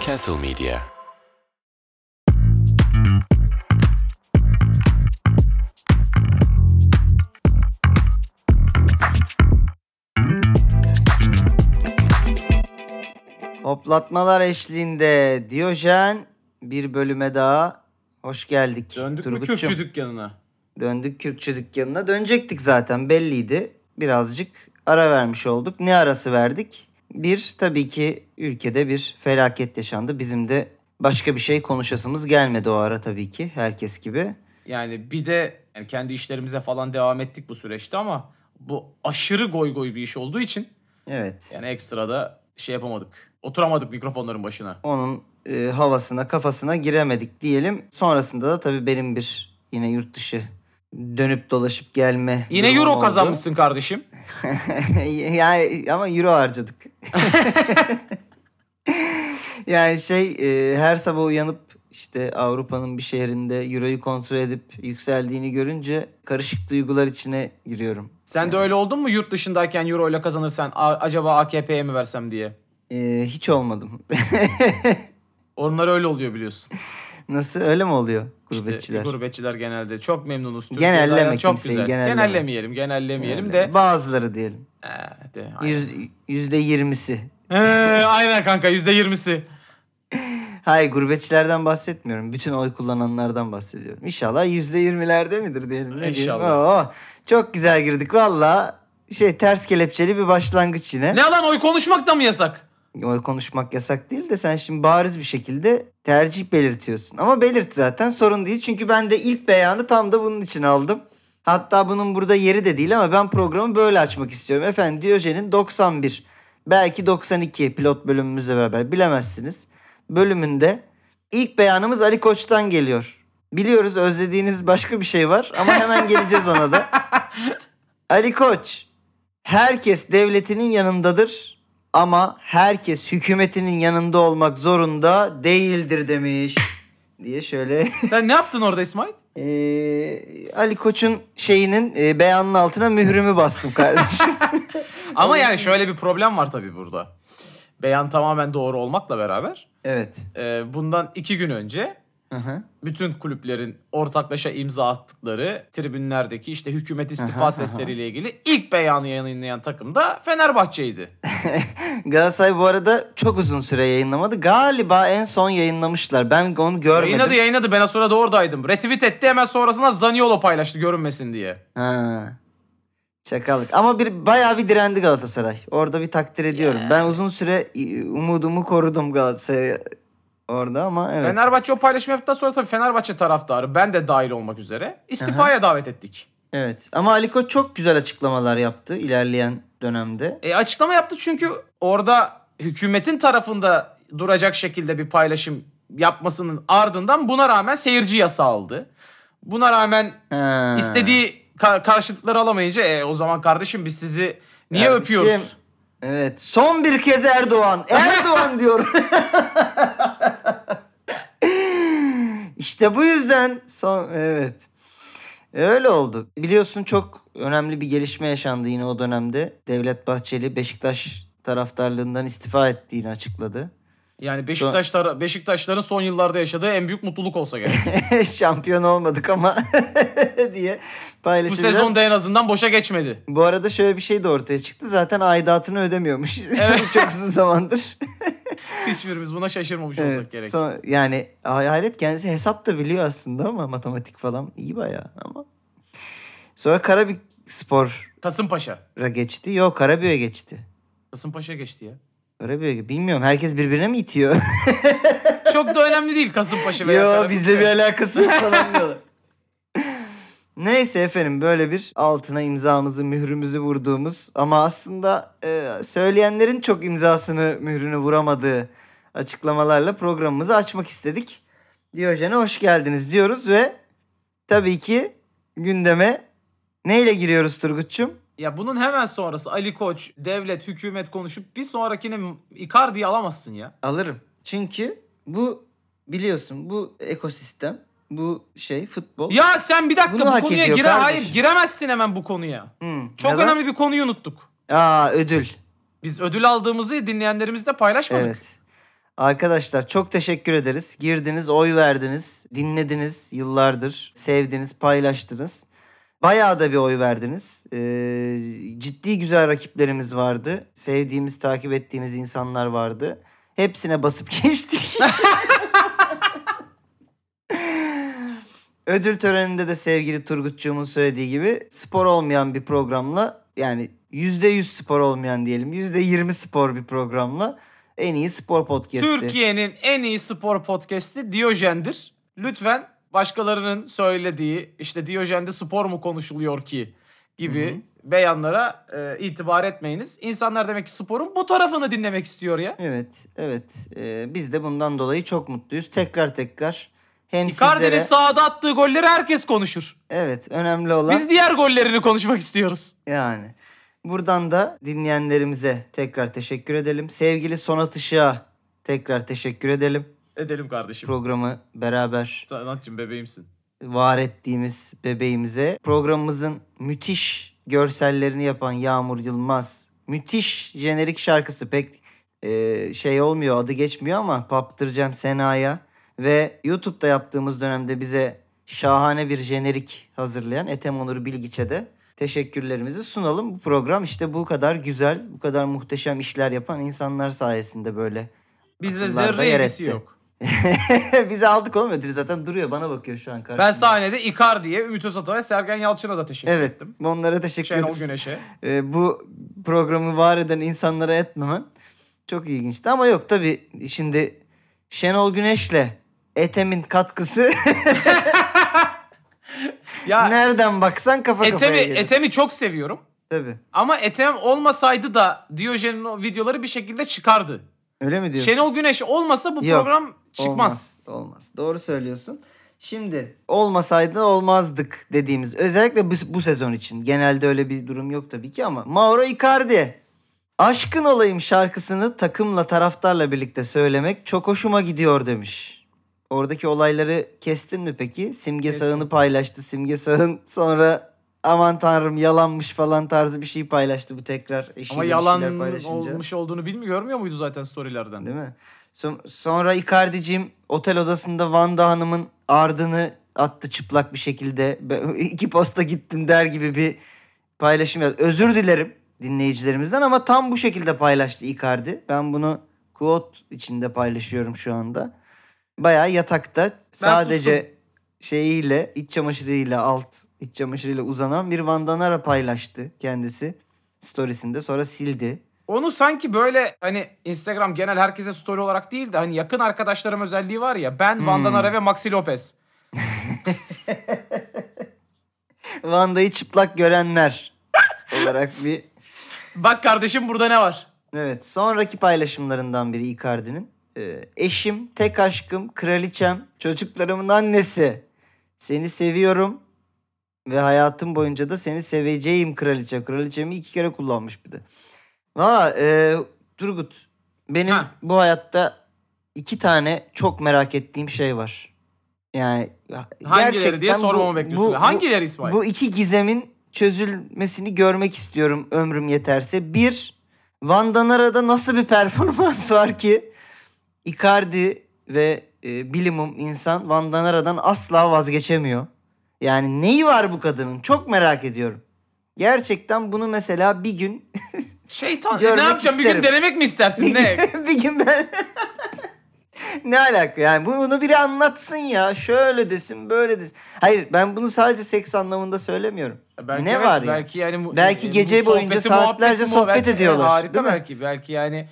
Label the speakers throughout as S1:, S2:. S1: Castle Media.
S2: Hoplatmalar eşliğinde Diyojen bir bölüme daha hoş geldik.
S3: Döndük mü
S2: Turgutcuğum.
S3: köpçü dükkanına?
S2: Döndük Kürkçü dükkanına. Dönecektik zaten belliydi. Birazcık ara vermiş olduk. Ne arası verdik? Bir, tabii ki ülkede bir felaket yaşandı. Bizim de başka bir şey konuşasımız gelmedi o ara tabii ki. Herkes gibi.
S3: Yani bir de yani kendi işlerimize falan devam ettik bu süreçte ama bu aşırı goy goy bir iş olduğu için
S2: Evet.
S3: yani ekstra da şey yapamadık. Oturamadık mikrofonların başına.
S2: onun e, havasına kafasına giremedik diyelim. Sonrasında da tabii benim bir yine yurt dışı dönüp dolaşıp gelme.
S3: Yine
S2: durumum
S3: euro
S2: oldu.
S3: kazanmışsın kardeşim.
S2: yani ama euro harcadık. yani şey e, her sabah uyanıp işte Avrupa'nın bir şehrinde euroyu kontrol edip yükseldiğini görünce karışık duygular içine giriyorum.
S3: Sen de öyle oldun mu yurt dışındayken euro ile kazanırsan "A- acaba AKP'ye mi versem diye.
S2: E, hiç olmadım.
S3: Onlar öyle oluyor biliyorsun.
S2: Nasıl öyle mi oluyor
S3: İşte
S2: gurbetçiler?
S3: gurbetçiler genelde çok memnunuz.
S2: Genelleme
S3: hayat çok
S2: kimseyi,
S3: güzel.
S2: genelleme.
S3: Genellemeyelim, genellemeyelim de.
S2: bazıları diyelim.
S3: Ee, de aynen.
S2: Yüz- Yüzde yirmisi.
S3: Ee, aynen kanka yüzde yirmisi.
S2: Hayır gurbetçilerden bahsetmiyorum. Bütün oy kullananlardan bahsediyorum. İnşallah yüzde yirmilerde midir diyelim. Ne diyeyim?
S3: İnşallah.
S2: Oo, çok güzel girdik valla. Şey ters kelepçeli bir başlangıç yine.
S3: Ne lan oy konuşmak da mı yasak?
S2: Oy konuşmak yasak değil de sen şimdi bariz bir şekilde tercih belirtiyorsun. Ama belirt zaten sorun değil. Çünkü ben de ilk beyanı tam da bunun için aldım. Hatta bunun burada yeri de değil ama ben programı böyle açmak istiyorum. Efendim Diyojen'in 91 belki 92 pilot bölümümüzle beraber bilemezsiniz. Bölümünde ilk beyanımız Ali Koç'tan geliyor. Biliyoruz özlediğiniz başka bir şey var ama hemen geleceğiz ona da. Ali Koç, herkes devletinin yanındadır ama herkes hükümetinin yanında olmak zorunda değildir demiş diye şöyle
S3: Sen ne yaptın orada İsmail?
S2: Eee, Ali Koç'un şeyinin e, beyanının altına mührümü bastım kardeşim.
S3: Ama yani şöyle bir problem var tabii burada. Beyan tamamen doğru olmakla beraber
S2: evet.
S3: e, bundan iki gün önce
S2: Hı-hı.
S3: bütün kulüplerin ortaklaşa imza attıkları tribünlerdeki işte hükümet
S2: Aha, aha.
S3: istifa sesleriyle ilgili ilk beyanı yayınlayan takım da Fenerbahçe'ydi.
S2: Galatasaray bu arada çok uzun süre yayınlamadı. Galiba en son yayınlamışlar. Ben onu görmedim.
S3: Yayınladı yayınladı ben o sırada oradaydım. Retweet etti hemen sonrasında Zaniolo paylaştı görünmesin diye.
S2: Ha. Çakallık. Ama bir bayağı bir direndi Galatasaray. Orada bir takdir ediyorum. Ben uzun süre e, umudumu korudum Galatasaray orada ama evet.
S3: Fenerbahçe o paylaşımı yaptıktan sonra tabii Fenerbahçe taraftarı ben de dahil olmak üzere istifaya davet ettik.
S2: Evet. Ama Ali Koç çok güzel açıklamalar yaptı ilerleyen dönemde.
S3: E, açıklama yaptı çünkü orada hükümetin tarafında duracak şekilde bir paylaşım yapmasının ardından buna rağmen seyirci yasağı aldı. Buna rağmen
S2: Ha.
S3: istediği ka- karşılıkları alamayınca e, o zaman kardeşim biz sizi niye
S2: Kardeşim,
S3: öpüyoruz?
S2: Evet. Son bir kez Erdoğan. Erdoğan diyor. işte bu yüzden son evet. Öyle oldu. Biliyorsun çok önemli bir gelişme yaşandı yine o dönemde. Devlet Bahçeli Beşiktaş taraftarlığından istifa ettiğini açıkladı.
S3: Yani Beşiktaşlar Beşiktaşların son yıllarda yaşadığı en büyük mutluluk olsa gerek.
S2: Şampiyon olmadık ama diye
S3: Bu
S2: paylaşıldı.
S3: sezonda en azından boşa geçmedi.
S2: Bu arada şöyle bir şey de ortaya çıktı. Zaten aidatını ödemiyormuş.
S3: Evet.
S2: çok uzun zamandır.
S3: Hiçbirimiz buna şaşırmamış
S2: Evet,
S3: olsak gerek.
S2: son- yani hayret kendisi hesap da biliyor aslında ama matematik falan iyi bayağı ama. Sonra Karabük Spor'a
S3: Kasımpaşa.
S2: geçti. Yok Karabük'e geçti.
S3: Kasımpaşa geçti ya.
S2: Karabük'e bilmiyorum herkes birbirine mi itiyor?
S3: Çok da önemli değil Kasımpaşa veya
S2: Yo
S3: Karabük.
S2: bizle bir alakası yok falan diyorlar. Neyse efendim böyle bir altına imzamızı mührümüzü vurduğumuz ama aslında e, söyleyenlerin çok imzasını mührünü vuramadığı açıklamalarla programımızı açmak istedik. Diyojen'e hoş geldiniz diyoruz ve tabii ki gündeme neyle giriyoruz Turgut'cum?
S3: Ya bunun hemen sonrası Ali Koç, devlet, hükümet konuşup bir sonrakini Icardi'yi alamazsın ya.
S2: Alırım. Çünkü bu biliyorsun bu ekosistem bu şey futbol.
S3: Ya sen bir dakika
S2: Bunu hak
S3: bu konuya
S2: ediyor
S3: gire
S2: kardeşim.
S3: hayır giremezsin hemen bu konuya.
S2: Hmm,
S3: Çok
S2: neden?
S3: önemli bir konuyu unuttuk.
S2: Aa ödül.
S3: Biz ödül aldığımızı dinleyenlerimizle paylaşmadık.
S2: Evet. Arkadaşlar çok teşekkür ederiz. Girdiniz, oy verdiniz, dinlediniz yıllardır, sevdiniz, paylaştınız. Bayağı da bir oy verdiniz. Ee, ciddi güzel rakiplerimiz vardı. Sevdiğimiz, takip ettiğimiz insanlar vardı. Hepsine basıp geçtik. Ödül töreninde de sevgili Turgutçuğumun söylediği gibi spor olmayan bir programla yani %100 spor olmayan diyelim %20 spor bir programla en iyi spor podcast'i.
S3: Türkiye'nin en iyi spor podcast'i Diyojen'dir. Lütfen başkalarının söylediği işte Diyojen'de spor mu konuşuluyor ki gibi beyanlara e, itibar etmeyiniz. İnsanlar demek ki sporun bu tarafını dinlemek istiyor ya.
S2: Evet, evet. Ee, biz de bundan dolayı çok mutluyuz. Tekrar tekrar hem sizlere...
S3: Karadeniz sahada attığı golleri herkes konuşur.
S2: Evet, önemli olan...
S3: Biz diğer gollerini konuşmak istiyoruz.
S2: Yani. Buradan da dinleyenlerimize tekrar teşekkür edelim. Sevgili Sonat Işık'a tekrar teşekkür edelim.
S3: Edelim kardeşim.
S2: Programı beraber
S3: Sanatçım bebeğimsin.
S2: var ettiğimiz bebeğimize. Programımızın müthiş görsellerini yapan Yağmur Yılmaz. Müthiş jenerik şarkısı pek e, şey olmuyor adı geçmiyor ama Paptıracağım Sena'ya. Ve YouTube'da yaptığımız dönemde bize şahane bir jenerik hazırlayan Ethem Onur Bilgiç'e de teşekkürlerimizi sunalım. Bu program işte bu kadar güzel, bu kadar muhteşem işler yapan insanlar sayesinde böyle.
S3: Bizde
S2: Akıllarda
S3: zerre
S2: yer
S3: ilgisi
S2: etti.
S3: yok.
S2: Biz aldık oğlum ödülü zaten duruyor bana bakıyor şu an karşımda.
S3: Ben sahnede Icardi'ye, Ümit Özat'a ve Sergen Yalçın'a da teşekkür
S2: Evet.
S3: ettim.
S2: Onlara teşekkür
S3: Şenol
S2: ederiz.
S3: Güneş'e.
S2: Ee, bu programı var eden insanlara etmemen çok ilginçti. Ama yok tabii şimdi Şenol Güneş'le Ethem'in katkısı
S3: Ya
S2: nereden baksan kafa
S3: Etemi,
S2: kafaya gelir.
S3: Etemi çok seviyorum.
S2: Tabii.
S3: Ama Etem olmasaydı da Diyojen'in o videoları bir şekilde çıkardı.
S2: Öyle mi diyorsun?
S3: Şenol Güneş olmasa bu
S2: Yok,
S3: program çıkmaz.
S2: Olmaz. Olmaz. Doğru söylüyorsun. Şimdi olmasaydı olmazdık dediğimiz özellikle bu, bu sezon için genelde öyle bir durum yok tabii ki ama Mauro Icardi Aşkın olayım şarkısını takımla taraftarla birlikte söylemek çok hoşuma gidiyor demiş. Oradaki olayları kestin mi peki? Simge
S3: Kestim.
S2: Sağın'ı paylaştı. Simge Sağın sonra aman tanrım yalanmış falan tarzı bir şey paylaştı bu tekrar. eşiyle
S3: Ama
S2: bir
S3: yalan
S2: şeyler paylaşınca.
S3: olmuş olduğunu bilmiyor, görmüyor muydu zaten storylerden?
S2: Değil mi? Son- sonra Icardi'cim otel odasında Vanda Hanım'ın ardını attı çıplak bir şekilde. Ben iki posta gittim der gibi bir paylaşım yaptı. Özür dilerim dinleyicilerimizden ama tam bu şekilde paylaştı Icardi. Ben bunu quote içinde paylaşıyorum şu anda. Bayağı yatakta sadece şeyiyle iç çamaşırıyla alt iç çamaşırıyla uzanan bir vandanara paylaştı kendisi storiesinde sonra sildi.
S3: Onu sanki böyle hani Instagram genel herkese story olarak değil de hani yakın arkadaşlarım özelliği var ya ben
S2: Hmm.
S3: Vandanara ve Maxi Lopez.
S2: Vanda'yı çıplak görenler olarak bir...
S3: Bak kardeşim burada ne var?
S2: Evet sonraki paylaşımlarından biri Icardi'nin. Ee, eşim, tek aşkım, kraliçem, çocuklarımın annesi. Seni seviyorum ve hayatım boyunca da seni seveceğim kraliçe. Kraliçemi iki kere kullanmış bir de. Valla e, Turgut benim
S3: Ha.
S2: bu hayatta iki tane çok merak ettiğim şey var. Yani
S3: Hangileri diye
S2: gerçekten bu-
S3: sormamı bekliyorsun.
S2: bu- bu-
S3: Hangileri İsmail?
S2: bu iki gizemin çözülmesini görmek istiyorum ömrüm yeterse. Bir, Vandanara'da nasıl bir performans var ki Icardi ve e, bilimum insan Vandanara'dan asla vazgeçemiyor. Yani neyi var bu kadının? Çok merak ediyorum. Gerçekten bunu mesela bir gün
S3: Şeytan. E, ne
S2: Görmek
S3: yapacağım? Bir gün
S2: isterim.
S3: denemek mi istersin? ne?
S2: bir gün ben ne alaka yani bunu biri anlatsın ya şöyle desin böyle desin. Hayır ben bunu sadece seks anlamında söylemiyorum.
S3: Belki
S2: Ne
S3: evet,
S2: var ya?
S3: Belki yani mu-
S2: Belki
S3: e, bu
S2: gece boyunca
S3: sohbeti,
S2: saatlerce
S3: muhabbeti,
S2: sohbet
S3: muhabbeti,
S2: ediyorlar,
S3: evet, harika
S2: değil mi?
S3: belki. Belki yani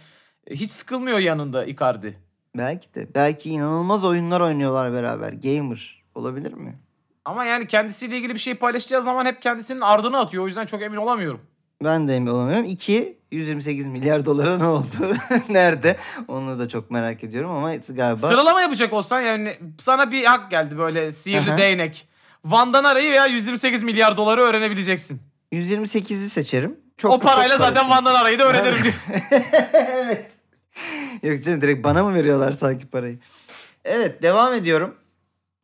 S3: e, hiç sıkılmıyor yanında Icardi.
S2: Belki de. Belki inanılmaz oyunlar oynuyorlar beraber. Gamer. Olabilir mi?
S3: Ama yani kendisiyle ilgili bir şey paylaşacağı zaman hep kendisinin ardını atıyor. O yüzden çok emin olamıyorum.
S2: Ben de emin olamıyorum. 2. 128 milyar dolara ne oldu? Nerede? Onu da çok merak ediyorum ama galiba...
S3: Sıralama yapacak olsan yani sana bir hak geldi böyle sihirli
S2: Aha.
S3: değnek. Van'dan arayı veya 128 milyar doları öğrenebileceksin.
S2: 128'i seçerim. Çok,
S3: o parayla
S2: çok
S3: zaten
S2: para
S3: Van'dan arayı da öğrenirim diyor.
S2: evet. Yok canım direkt bana mı veriyorlar sanki parayı? Evet devam ediyorum.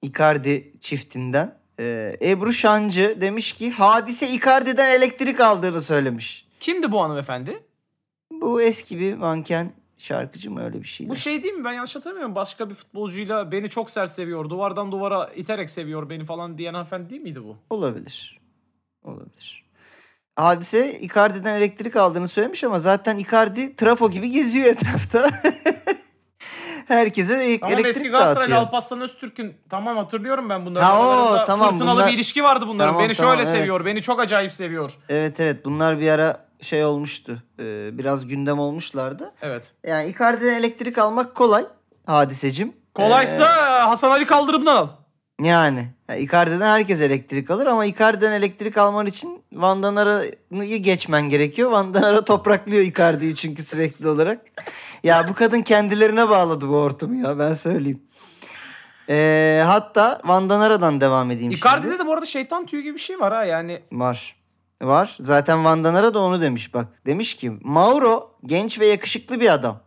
S2: Icardi çiftinden. Ee, Ebru Şancı demiş ki hadise Icardi'den elektrik aldığını söylemiş.
S3: Kimdi bu hanımefendi?
S2: Bu eski bir manken Şarkıcı mı öyle bir şey?
S3: Bu şey değil mi? Ben yanlış hatırlamıyorum. Başka bir futbolcuyla beni çok sert seviyor. Duvardan duvara iterek seviyor beni falan diyen hanımefendi değil miydi bu?
S2: Olabilir. Olabilir. Hadise Icardi'den elektrik aldığını söylemiş ama zaten Icardi trafo gibi geziyor etrafta. Herkese e-
S3: Tamam
S2: elektrik
S3: eski
S2: dağıtıyor.
S3: Galatasaraylı Alpaslan Öztürk'ün tamam hatırlıyorum ben bunları.
S2: Ha, o,
S3: Aralarında
S2: tamam,
S3: Fırtınalı
S2: bunlar-
S3: bir ilişki vardı bunların.
S2: Tamam,
S3: beni
S2: tamam,
S3: şöyle
S2: evet.
S3: seviyor, beni çok acayip seviyor.
S2: Evet evet bunlar bir ara şey olmuştu. Ee, biraz gündem olmuşlardı.
S3: Evet.
S2: Yani Icardi'den elektrik almak kolay hadisecim.
S3: Kolaysa Hasan Ali kaldırımdan al.
S2: Ee, yani. yani Icardi'den herkes elektrik alır ama Icardi'den elektrik alman için Van Danara'yı geçmen gerekiyor. Van Danara topraklıyor Icardi'yi çünkü sürekli olarak. ya bu kadın kendilerine bağladı bu hortumu ya ben söyleyeyim. Ee, hatta Van Danara'dan devam edeyim şimdi.
S3: Icardi'de de bu arada şeytan tüyü gibi bir şey var ha yani.
S2: Var. Var. Zaten Van Danara da onu demiş bak. Demiş ki Mauro genç ve yakışıklı bir adam.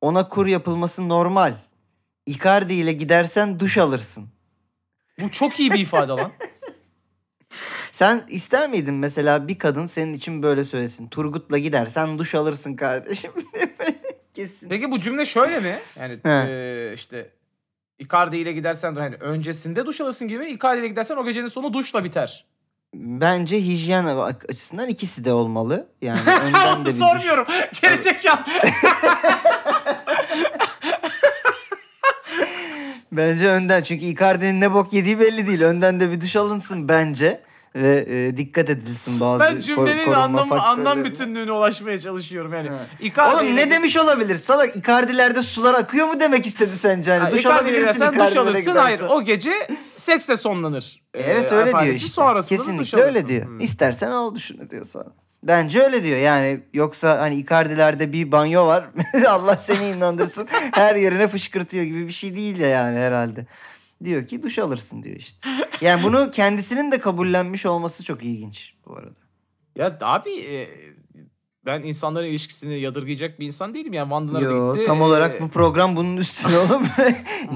S2: Ona kur yapılması normal. Icardi ile gidersen duş alırsın.
S3: Bu çok iyi bir ifade lan.
S2: Sen ister miydin mesela bir kadın senin için böyle söylesin. Turgut'la gidersen duş alırsın kardeşim. Kesin.
S3: Peki bu cümle şöyle mi? Yani
S2: He.
S3: eee, işte Icardi ile gidersen hani öncesinde duş alırsın gibi Icardi ile gidersen o gecenin sonu duşla biter.
S2: Bence hijyen açısından ikisi de olmalı. Yani önden de
S3: Onu
S2: bir duş.
S3: sormuyorum. Gerizekalı.
S2: Bence önden çünkü Icardi'nin ne bok yediği belli değil. Önden de bir duş alınsın bence ve e, dikkat edilsin bazı
S3: Ben
S2: kor-
S3: cümlenin
S2: korunma
S3: anlamı, anlam
S2: faktörlerine.
S3: bütünlüğüne ulaşmaya çalışıyorum yani.
S2: Evet.
S3: Icardi
S2: Oğlum ne demiş olabilir? Salak Icardi'lerde sular akıyor mu demek istedi sence? Hani
S3: Yani
S2: duş
S3: Icardi ile
S2: alabilirsin
S3: gidersen
S2: Icardi'lere
S3: duş alırsın.
S2: gidersen.
S3: Hayır o gece seksle sonlanır.
S2: E, Evet
S3: Ee,
S2: öyle diyor
S3: efendisi,
S2: işte.
S3: Sonrasında da duş
S2: Kesinlikle öyle
S3: alırsın.
S2: diyor.
S3: Hmm.
S2: İstersen al duşunu diyor sonra. Bence öyle diyor yani yoksa hani Icardi'lerde bir banyo var Allah seni inandırsın her yerine fışkırtıyor gibi bir şey değil de yani herhalde. Diyor ki duş alırsın diyor işte. Yani bunu kendisinin de kabullenmiş olması çok ilginç bu arada.
S3: Ya abi e, ben insanların ilişkisini yadırgayacak bir insan değilim. Yani Van Danara da
S2: Yo,
S3: gitti.
S2: tam
S3: Ee,
S2: olarak bu program bunun üstüne oğlum.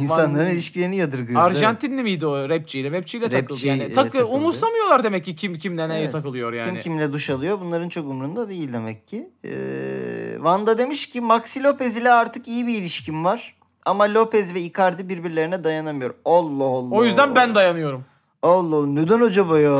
S2: İnsanların
S3: Van-
S2: ilişkilerini yadırgıyoruz.
S3: Arjantinli miydi o rapçiyle? Rapçiyle takıldı
S2: Rapçi,
S3: yani.
S2: evet,
S3: Takı,
S2: takıldı.
S3: umursamıyorlar demek ki kim kimle neye
S2: Evet.
S3: takılıyor
S2: evet.
S3: yani.
S2: Kim kimle duş alıyor bunların çok umurunda değil demek ki. Ee, Vanda demiş ki Maxi Lopez ile artık iyi bir ilişkim var. Ama Lopez ve Icardi birbirlerine dayanamıyor. Allah Allah.
S3: O yüzden ben dayanıyorum.
S2: Allah Allah neden acaba ya?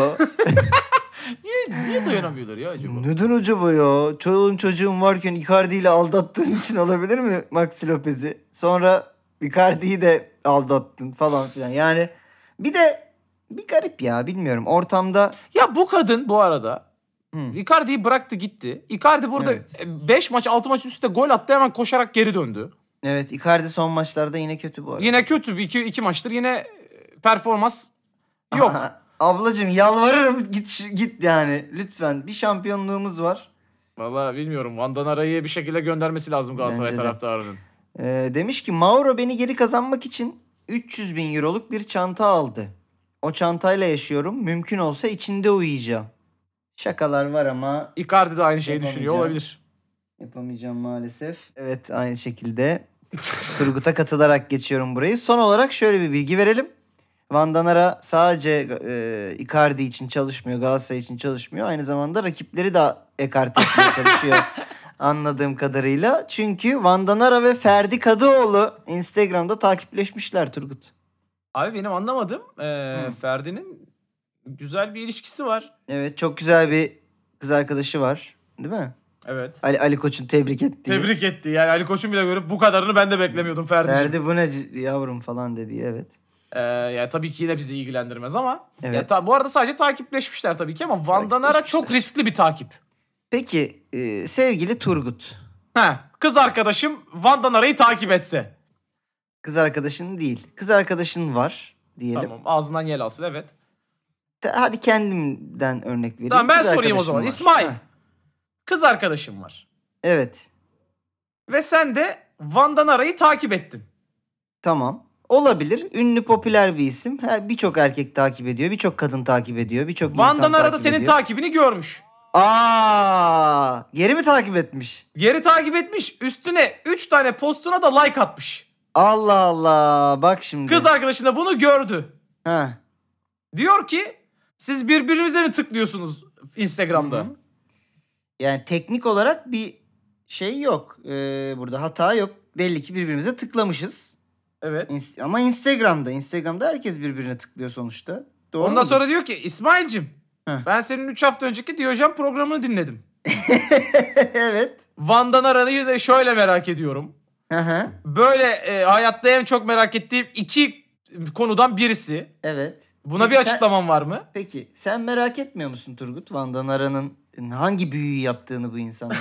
S3: Niye, niye dayanamıyorlar ya acaba?
S2: neden acaba ya? Çoluğun çocuğun varken Icardi ile aldattığın için olabilir mi Maxi Lopez'i? Sonra Icardi'yi de aldattın falan filan. Yani bir de bir garip ya bilmiyorum. Ortamda
S3: Ya bu kadın bu arada
S2: Hı.
S3: Icardi'yi bıraktı gitti. Icardi burada
S2: Evet.
S3: 5 maç 6 maç üstte gol attı hemen koşarak geri döndü.
S2: evet Icardi son maçlarda yine kötü bu arada.
S3: Yine kötü bir iki, iki maçtır yine e, performans yok.
S2: Aha, Ablacığım yalvarırım git şu- git yani lütfen bir şampiyonluğumuz var.
S3: Vallahi bilmiyorum. Van Danara'yı bir şekilde göndermesi lazım Galatasaray
S2: Bence de.
S3: taraftarının.
S2: Ee, demiş ki Mauro beni geri kazanmak için 300 bin euroluk bir çanta aldı. O çantayla yaşıyorum. Mümkün olsa içinde uyuyacağım. Şakalar var ama
S3: Icardi de aynı şeyi düşünüyor
S2: Yapamayacağım.
S3: olabilir.
S2: yapamayacağım maalesef. Evet aynı şekilde Turgut'a katılarak geçiyorum burayı. Son olarak şöyle bir bilgi verelim. Van Danara sadece e, Icardi için çalışmıyor, Galatasaray için çalışmıyor. Aynı zamanda rakipleri de ekarte etmeye çalışıyor anladığım kadarıyla. Çünkü Van Danara ve Ferdi Kadıoğlu Instagram'da takipleşmişler Turgut.
S3: Abi benim anlamadığım e,
S2: Hı.
S3: Ferdi'nin güzel bir ilişkisi var.
S2: Evet çok güzel bir kız arkadaşı var değil mi?
S3: Evet.
S2: Ali, Ali Koç'un tebrik ettiği.
S3: Tebrik etti. Yani Ali Koç'un bile görüp bu kadarını ben de beklemiyordum Ferdi'ciğim.
S2: Ferdi bu ne c- yavrum falan dediği evet.
S3: Ee, ya tabii ki yine bizi ilgilendirmez ama
S2: Evet.
S3: ya ta- bu arada sadece takipleşmişler tabii ki ama Van Danara çok riskli bir takip.
S2: Peki e, sevgili Turgut.
S3: Ha, kız arkadaşım Van Danara'yı takip etse.
S2: Kız arkadaşın değil. Kız arkadaşın var diyelim.
S3: Tamam ağzından yel alsın evet.
S2: Te- Hadi kendimden örnek vereyim.
S3: Tamam ben
S2: Kız
S3: sorayım o
S2: arkadaşım
S3: zaman.
S2: var.
S3: İsmail.
S2: Heh,
S3: Kız arkadaşım var.
S2: Evet.
S3: Ve sen de Van Danara'yı takip ettin.
S2: Tamam. Olabilir. Ünlü popüler bir isim. Ha, Birçok erkek takip ediyor. Birçok kadın takip ediyor. Birçok
S3: Van
S2: insan
S3: Danara da
S2: takip
S3: senin
S2: ediyor.
S3: takibini görmüş.
S2: Aa! Geri mi takip etmiş?
S3: Geri takip etmiş. Üstüne 3 tane postuna da like atmış.
S2: Allah Allah. Bak şimdi.
S3: Kız arkadaşın da bunu gördü.
S2: Ha.
S3: Diyor ki siz birbirinize mi tıklıyorsunuz Instagram'da?
S2: Hı hı. Yani teknik olarak bir şey yok. Ee, burada hata yok. Belli ki birbirimize tıklamışız.
S3: Evet.
S2: İnst- ama Instagram'da. Instagram'da herkes birbirine tıklıyor sonuçta. Doğru
S3: Ondan
S2: mudur?
S3: sonra diyor ki İsmail'cim
S2: Heh.
S3: ben senin 3 hafta önceki Diyojen programını dinledim.
S2: evet.
S3: Van'dan arayı da şöyle merak ediyorum.
S2: Hı hı.
S3: Böyle e, hayatta en çok merak ettiğim iki konudan birisi.
S2: Evet.
S3: Buna bir
S2: Peki sen-
S3: açıklaman var mı?
S2: Peki sen merak etmiyor musun Turgut? Van'dan Ara'nın hangi büyüyü yaptığını bu insanlara?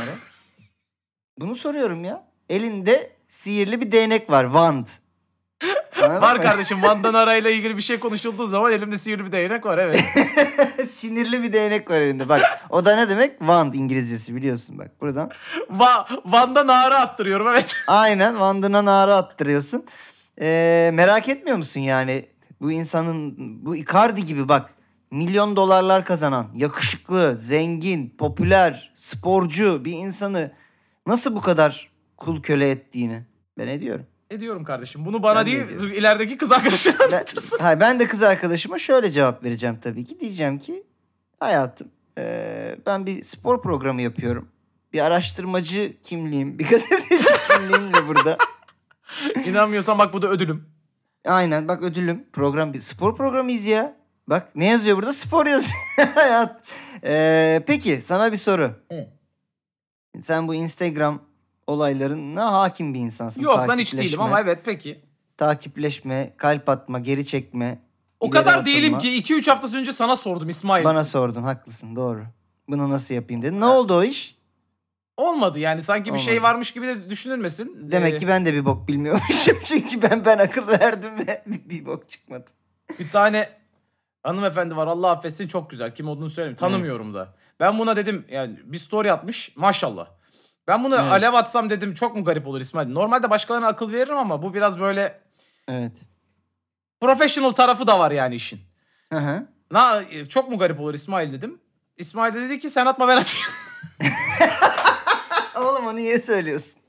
S2: Bunu soruyorum ya. Elinde sihirli bir değnek var. Vand. Anladın
S3: Var
S2: mı?
S3: kardeşim Van'dan arayla ilgili bir şey konuşulduğu zaman elimde sihirli bir değnek var evet.
S2: Sinirli bir değnek var elinde. Bak o da ne demek? Vand İngilizcesi biliyorsun bak buradan.
S3: Va Van'dan ağrı attırıyorum evet.
S2: Aynen vandına nara attırıyorsun. Ee, merak etmiyor musun yani bu insanın bu Icardi gibi bak milyon dolarlar kazanan yakışıklı, zengin, popüler, sporcu bir insanı nasıl bu kadar kul köle ettiğini ben ediyorum.
S3: Ediyorum kardeşim bunu bana
S2: Ben de
S3: değil
S2: ediyorum.
S3: ilerideki kız arkadaşına
S2: Ben,
S3: anlatırsın.
S2: hayır, ben de kız arkadaşıma şöyle cevap vereceğim tabii ki. Diyeceğim ki hayatım ee, ben bir spor programı yapıyorum. Bir araştırmacı kimliğim, bir gazeteci kimliğimle burada.
S3: İnanmıyorsan bak bu da ödülüm.
S2: Aynen bak ödülüm. Program bir spor programıyız ya. Bak ne yazıyor burada? Spor yazıyor. Hayat. Ee, peki sana bir soru.
S3: Hı.
S2: Sen bu Instagram olaylarına hakim bir insansın.
S3: Yok ben hiç
S2: Takipleşme,
S3: değilim ama evet peki.
S2: Takipleşme, kalp atma, geri çekme.
S3: O
S2: ileri
S3: kadar
S2: atılma.
S3: değilim ki 2-3 hafta önce sana sordum İsmail.
S2: Bana sordun haklısın doğru. Bunu nasıl yapayım dedin. Ne oldu o iş?
S3: Olmadı yani sanki bir şey
S2: Olmadı.
S3: varmış gibi de düşünülmesin.
S2: Demek
S3: Ee,
S2: ki ben de bir bok bilmiyormuşum. Çünkü ben ben akıl verdim ve bir bok çıkmadı.
S3: Bir tane hanımefendi var Allah affetsin çok güzel. Kim olduğunu söyleyeyim. Tanımıyorum da. Ben buna dedim yani bir story atmış maşallah. Ben buna
S2: Evet.
S3: alev atsam dedim çok mu garip olur İsmail? Normalde başkalarına akıl veririm ama bu biraz böyle
S2: Evet.
S3: professional tarafı da var yani işin.
S2: Hı hı.
S3: Na, e, çok mu garip olur İsmail dedim. İsmail de dedi ki sen atma ben atayım.
S2: Oğlum onu niye söylüyorsun?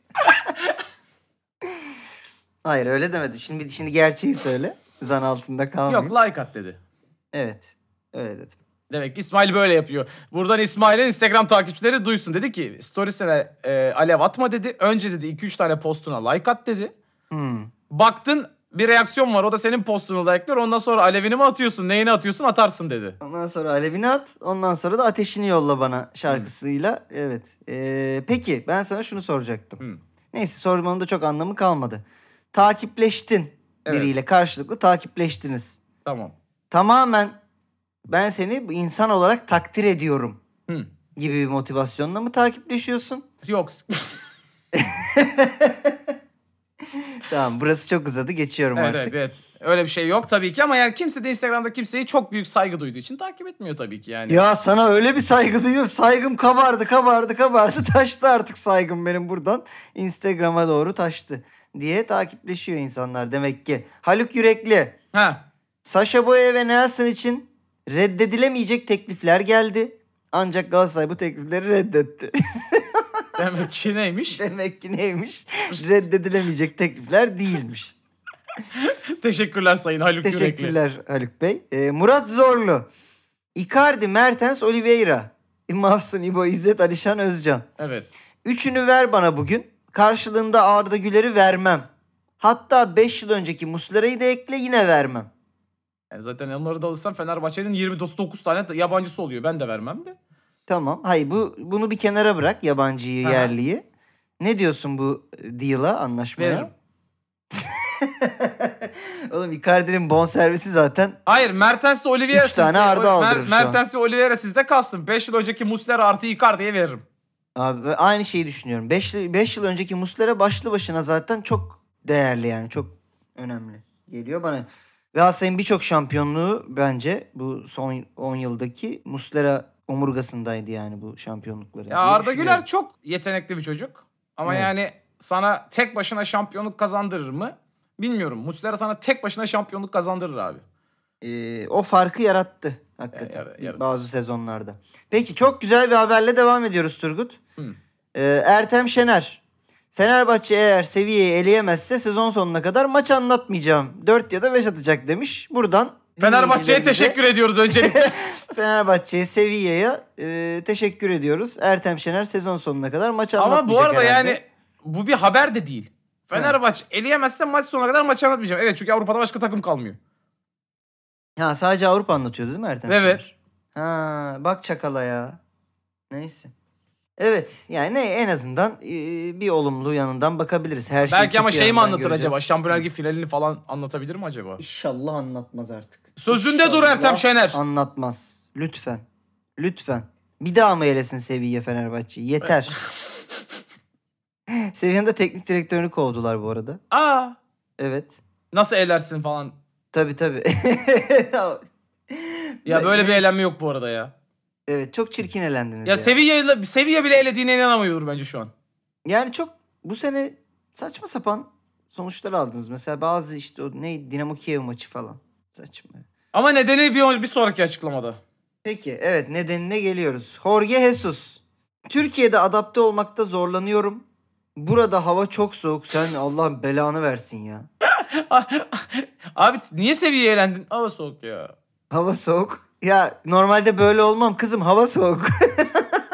S2: Hayır öyle demedim. Şimdi şimdi gerçeği söyle. Zan altında kalmayayım.
S3: Yok like at dedi.
S2: Evet. Öyle dedim.
S3: Demek ki İsmail böyle yapıyor. Buradan İsmail'in Instagram takipçileri duysun. Dedi ki storiesine e, alev atma dedi. Önce dedi 2-3 tane postuna like at dedi.
S2: Hmm.
S3: Baktın bir reaksiyon var. O da senin postunu like'lar. Ondan sonra alevini mi atıyorsun, neyini atıyorsun atarsın dedi.
S2: Ondan sonra alevini at. Ondan sonra da ateşini yolla
S3: Hmm.
S2: bana şarkısıyla. Evet. Ee, peki ben sana şunu soracaktım.
S3: Hı.
S2: Neyse sormanın da çok anlamı kalmadı. Takipleştin
S3: Evet.
S2: biriyle karşılıklı takipleştiniz.
S3: Tamam.
S2: Tamamen ben seni bu insan olarak takdir ediyorum
S3: Hı.
S2: gibi bir motivasyonla mı takipleşiyorsun?
S3: Yok.
S2: Tamam burası çok uzadı geçiyorum
S3: evet,
S2: artık.
S3: evet, evet. Öyle bir şey yok tabii ki ama yani kimse de Instagram'da kimseyi çok büyük saygı duyduğu için takip etmiyor tabii ki yani.
S2: Ya sana öyle bir saygı duyuyorum. Saygım kabardı kabardı kabardı taştı artık saygım benim buradan. Instagram'a doğru taştı diye takipleşiyor insanlar demek ki. Haluk Yürekli,
S3: Ha.
S2: Sasha Boye ve Nelson için reddedilemeyecek teklifler geldi. Ancak Galatasaray bu teklifleri reddetti.
S3: Demek ki neymiş?
S2: demek ki neymiş? Reddedilemeyecek teklifler değilmiş.
S3: Teşekkürler Sayın Haluk Yürekli.
S2: Teşekkürler Haluk Bey. Ee, Murat Zorlu. Icardi, Mertens, Oliveira. Mahsun İbo, İzzet, Alişan, Özcan.
S3: Evet.
S2: Üçünü ver bana bugün. Karşılığında Arda Güler'i vermem. Hatta 5 yıl önceki Muslera'yı da ekle yine vermem.
S3: Yani zaten onları da alırsan Fenerbahçe'nin 29 tane yabancısı oluyor. Ben de vermem de.
S2: Tamam. Hayır bu bunu bir kenara bırak yabancıyı,
S3: Aha.
S2: yerliyi. Ne diyorsun bu deal'a, anlaşmaya?
S3: Veririm.
S2: Oğlum Icardi'nin bonservisi zaten.
S3: Hayır Mertens de Oliveira
S2: Üç tane
S3: sizde-
S2: Arda aldırır şu an.
S3: Mertens de Oliveira sizde kalsın. 5 yıl önceki Muslera artı Icardi'ye veririm.
S2: Abi ben aynı şeyi düşünüyorum. 5 yıl önceki Muslera başlı başına zaten çok değerli yani çok önemli geliyor bana. Galatasaray'ın birçok şampiyonluğu bence bu son 10 yıldaki Muslera omurgasındaydı yani bu şampiyonlukları.
S3: Ya
S2: diye
S3: Arda
S2: düşünüyorum.
S3: Güler çok yetenekli bir çocuk. Ama
S2: Evet.
S3: yani sana tek başına şampiyonluk kazandırır mı? Bilmiyorum. Muslera sana tek başına şampiyonluk kazandırır abi.
S2: Ee, o farkı yarattı hakikaten
S3: Ya- yar- yarattı.
S2: bazı sezonlarda. Peki çok güzel bir haberle devam ediyoruz Turgut.
S3: Hı.
S2: Ee, Ertem Şener. Fenerbahçe eğer seviyeyi eleyemezse sezon sonuna kadar maç anlatmayacağım. 4 ya da 5 atacak demiş. Buradan
S3: Fenerbahçe'ye
S2: dinleyicilerimize-
S3: teşekkür ediyoruz öncelikle.
S2: Fenerbahçe'ye, Sevilla'ya e, teşekkür ediyoruz. Ertem Şener sezon sonuna kadar maç anlatmayacak
S3: Ama bu arada
S2: herhalde.
S3: yani bu bir haber de değil. Fenerbahçe eleyemezse maç sonuna kadar maç anlatmayacağım. Evet çünkü Avrupa'da başka takım kalmıyor.
S2: Ha sadece Avrupa anlatıyordu değil mi Ertem Şener?
S3: Evet.
S2: Ha bak çakala ya. Neyse. Evet yani ne- en azından e, bir olumlu yanından bakabiliriz. Her şeyi
S3: Belki ama
S2: kötü
S3: şey mi
S2: yanından
S3: anlatır
S2: göreceğiz.
S3: acaba? Şampiyonlar Ligi finalini falan anlatabilir mi acaba?
S2: İnşallah anlatmaz artık.
S3: Sözünde dur Ertem Şener.
S2: Anlatmaz. Lütfen. Lütfen. Bir daha mı elesin Sevilla Fenerbahçe'yi? Yeter. Sevilla'nın da teknik direktörünü kovdular bu arada.
S3: Aa
S2: Evet.
S3: nasıl elersin falan.
S2: Tabii tabii.
S3: Ya
S2: Ne-
S3: böyle bir
S2: ne-
S3: elenme yok bu arada ya.
S2: Evet çok çirkin elendiniz.
S3: Ya Sevilla'yla Sevilla bile elediğine inanamıyordur bence şu an.
S2: Yani çok bu sene saçma sapan sonuçlar aldınız. Mesela bazı işte o ne Dinamo Kiev maçı falan. Saçma.
S3: Ama nedeni bir, bir sonraki açıklamada.
S2: Peki evet nedenine geliyoruz. Jorge Jesus. Türkiye'de adapte olmakta zorlanıyorum. Burada hava çok soğuk. Sen Allah belanı versin ya.
S3: Abi niye Sevilla'ya elendin? Hava soğuk ya.
S2: Hava soğuk. Ya normalde böyle olmam kızım. Hava soğuk.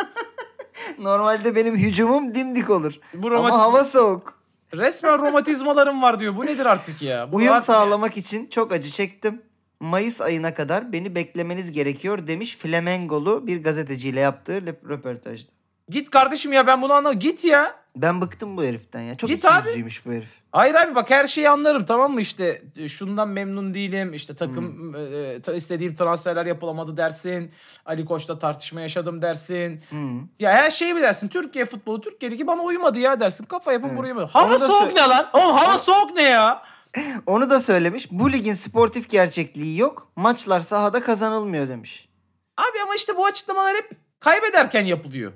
S2: normalde benim hücumum dimdik olur.
S3: Bu
S2: Ama
S3: romantik-
S2: hava soğuk.
S3: Resmen romatizmalarım var diyor. Bu nedir artık ya? Bu
S2: Uyum
S3: artık-
S2: sağlamak için çok acı çektim. Mayıs ayına kadar beni beklemeniz gerekiyor demiş Flamengolu bir gazeteciyle yaptığı lep- röportajda.
S3: Git kardeşim ya ben bunu anlamam. Git ya.
S2: Ben bıktım bu heriften ya. Çok
S3: Git
S2: Git
S3: abi.
S2: bu herif.
S3: Hayır abi bak her şeyi anlarım tamam mı işte e, şundan memnun değilim işte
S2: Hmm.
S3: takım e, ta- istediğim transferler yapılamadı dersin Ali Koç'la tartışma yaşadım dersin
S2: Hı.
S3: ya her şeyi mi dersin Türkiye futbolu Türkiye ligi bana uymadı ya dersin kafa yapıp
S2: Evet.
S3: buraya mı hava
S2: Onu da
S3: soğuk
S2: sö-
S3: ne lan oğlum hava soğuk ne ya
S2: Onu da söylemiş. Bu ligin sportif gerçekliği yok. Maçlar sahada kazanılmıyor demiş.
S3: abi ama işte bu açıklamalar hep kaybederken yapılıyor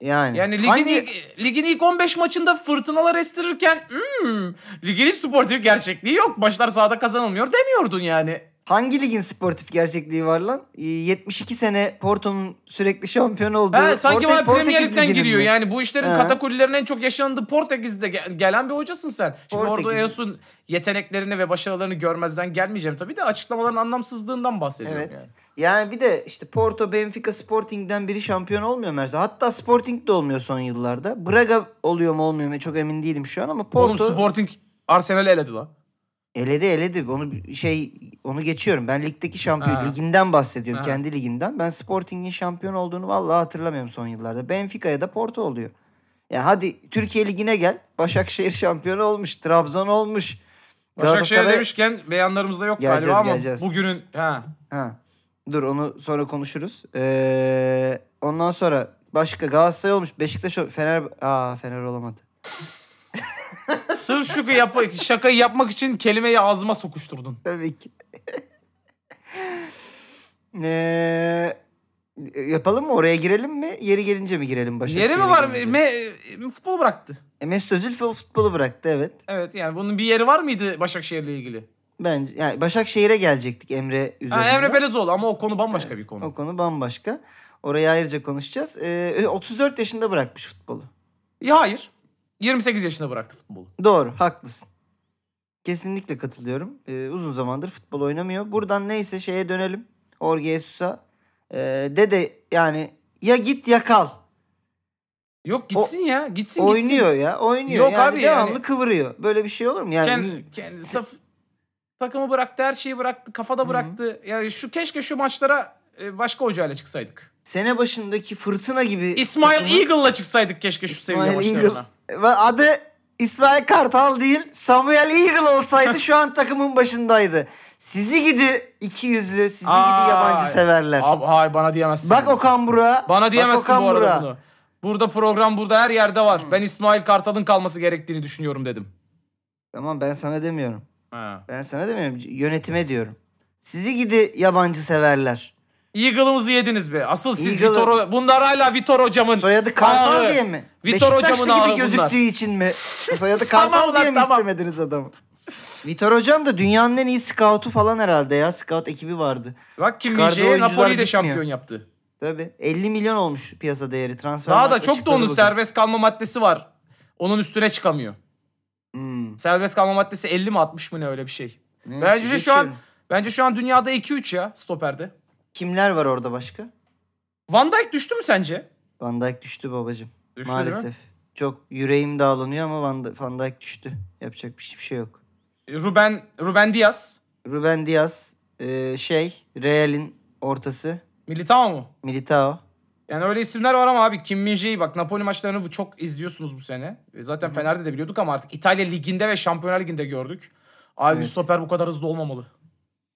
S2: Yani,
S3: yani ligin,
S2: hangi,
S3: ilk, ligin ilk 15 maçında fırtınalar estirirken hmm, ligin hiç sportif gerçekliği yok maçlar sahada kazanılmıyor demiyordun yani
S2: hangi ligin sportif gerçekliği var lan? Ee, 72 sene Porto'nun sürekli şampiyon olduğu.
S3: Ha, sanki
S2: Porte-
S3: bana Premier
S2: Portekiz
S3: Lig'den
S2: Ligi'nin
S3: giriyor.
S2: mi?
S3: Yani bu işlerin
S2: Ha.
S3: katakullilerinin en çok yaşandığı Portekiz'de ge- gelen bir hocasın sen. Şimdi orada
S2: Portekiz.
S3: Eos'un yeteneklerini ve başarılarını görmezden gelmeyeceğim tabii de açıklamaların anlamsızlığından bahsediyorum
S2: Evet.
S3: yani.
S2: Yani bir de işte Porto, Benfica, Sporting'den biri şampiyon olmuyor Mersa. Hatta Sporting de olmuyor son yıllarda. Braga oluyor mu olmuyor mu çok emin değilim şu an ama
S3: Oğlum
S2: Porto
S3: Sporting Arsenal'i eledi la.
S2: eledi eledi. Onu şey onu geçiyorum. Ben ligdeki şampiyon
S3: Ha.
S2: liginden bahsediyorum.
S3: Ha.
S2: Kendi liginden. Ben Sporting'in şampiyon olduğunu vallahi hatırlamıyorum son yıllarda. Benfica'ya da Porto oluyor. Ya hadi Türkiye ligine gel. Başakşehir şampiyon olmuş. Trabzon olmuş.
S3: Başakşehir
S2: Galatasaray-
S3: demişken beyanlarımızda yok
S2: Geleceğiz,
S3: galiba ama
S2: geleceğiz.
S3: bugünün ha.
S2: Ha. Dur onu sonra konuşuruz. Ee, ondan sonra başka Galatasaray olmuş. Beşiktaş ol- Fener Aa Fener olamadı.
S3: Sırf şu yap- şakayı yapmak için kelimeyi ağzıma sokuşturdun.
S2: Tabii ki. Ee, yapalım mı? Oraya girelim mi? Yeri gelince mi girelim Başakşehir'e?
S3: Yeri mi var?
S2: gelince?
S3: Me- futbol bıraktı.
S2: E, Mesut Özil fut- futbolu bıraktı evet.
S3: Evet yani bunun bir yeri var mıydı Başakşehir'le ilgili?
S2: Bence yani Başakşehir'e gelecektik Emre
S3: Ha,
S2: üzerinden.
S3: Emre Belezoğlu ama o konu bambaşka bir konu.
S2: O konu bambaşka. Oraya ayrıca konuşacağız. Ee, 34 yaşında bırakmış futbolu.
S3: Ya E, hayır. 28 yaşında bıraktı futbolu.
S2: Doğru, haklısın. Kesinlikle katılıyorum. Ee, uzun zamandır futbol oynamıyor. Buradan neyse şeye dönelim. Jorge Jesus'a. Ee, dede yani ya git ya kal.
S3: Yok gitsin ya. Gitsin gitsin.
S2: oynuyor ya, oynuyor.
S3: Yok
S2: yani
S3: abi
S2: devamlı
S3: yani-
S2: kıvırıyor. Böyle bir şey olur mu? Yani
S3: Kendi, kendi saf, takımı bıraktı, her şeyi bıraktı, kafada
S2: Hı.
S3: bıraktı. Yani şu keşke şu maçlara e, başka hocayla çıksaydık.
S2: sene başındaki fırtına gibi
S3: İsmail
S2: takımı-
S3: Eagle'la çıksaydık keşke şu seviye
S2: İsmail
S3: maçlarına.
S2: Eagle. Ve adı İsmail Kartal değil Samuel Eagle olsaydı şu an takımın başındaydı. Sizi gidi iki yüzlü, sizi
S3: Aa,
S2: gidi yabancı severler.
S3: Abi, hayır bana diyemezsin.
S2: Bak
S3: bunu.
S2: Okan Burak'a.
S3: Bana
S2: bak
S3: diyemezsin
S2: Okan
S3: bu arada
S2: Burak'a.
S3: bunu. Burada program burada her yerde var. Ben İsmail Kartal'ın kalması gerektiğini düşünüyorum dedim.
S2: Tamam ben sana demiyorum.
S3: Ha.
S2: Ben sana demiyorum. C- Yönetime diyorum. Sizi gidi yabancı severler.
S3: Eagle'ımızı yediniz be. Asıl siz
S2: Eagle'ı-
S3: Vitor, bunlar hala Vitor hocamın.
S2: Soyadı Kartal
S3: Ağrı.
S2: diye mi?
S3: Vitor
S2: Beşiktaşlı
S3: hocamın ağrı
S2: gibi gözüktüğü
S3: bunlar.
S2: için mi? Soyadı Kartal
S3: Tamam lan,
S2: diye mi
S3: tamam.
S2: istemediniz adamı? Vitor hocam da dünyanın en iyi scout'u falan herhalde ya. Scout ekibi vardı.
S3: Bak kim
S2: Çıkardığı
S3: Napoli'yi
S2: oyuncular
S3: de
S2: bitmiyor.
S3: şampiyon yaptı.
S2: Tabii. 50 milyon olmuş piyasa değeri. Transfer
S3: Daha da
S2: market
S3: çok da
S2: açıkladı
S3: onun
S2: bugün.
S3: serbest kalma maddesi var. Onun üstüne çıkamıyor.
S2: Hmm.
S3: Serbest kalma maddesi 50 mi 60 mı ne öyle bir şey.
S2: Neyse,
S3: Bence şu an
S2: geçiyorum.
S3: bence şu an dünyada 2 3 ya stoperde.
S2: Kimler var orada başka?
S3: Van Dijk düştü mü sence?
S2: Van Dijk düştü babacım.
S3: Düştü
S2: Maalesef.
S3: değil mi?
S2: Çok yüreğim dağlanıyor ama Van, D- Van Dijk düştü. Yapacak bir hiçbir şey yok.
S3: Ruben, Ruben Diaz.
S2: Ruben Diaz e, şey Real'in ortası
S3: Militao mu?
S2: Militao.
S3: Yani öyle isimler var ama abi Kim Min-jae'yi bak Napoli maçlarını bu çok izliyorsunuz bu sene. E, Zaten
S2: Hı.
S3: Fener'de de biliyorduk ama artık İtalya Ligi'nde ve Şampiyonlar Ligi'nde gördük. Abi bir
S2: Evet.
S3: stoper bu kadar hızlı olmamalı.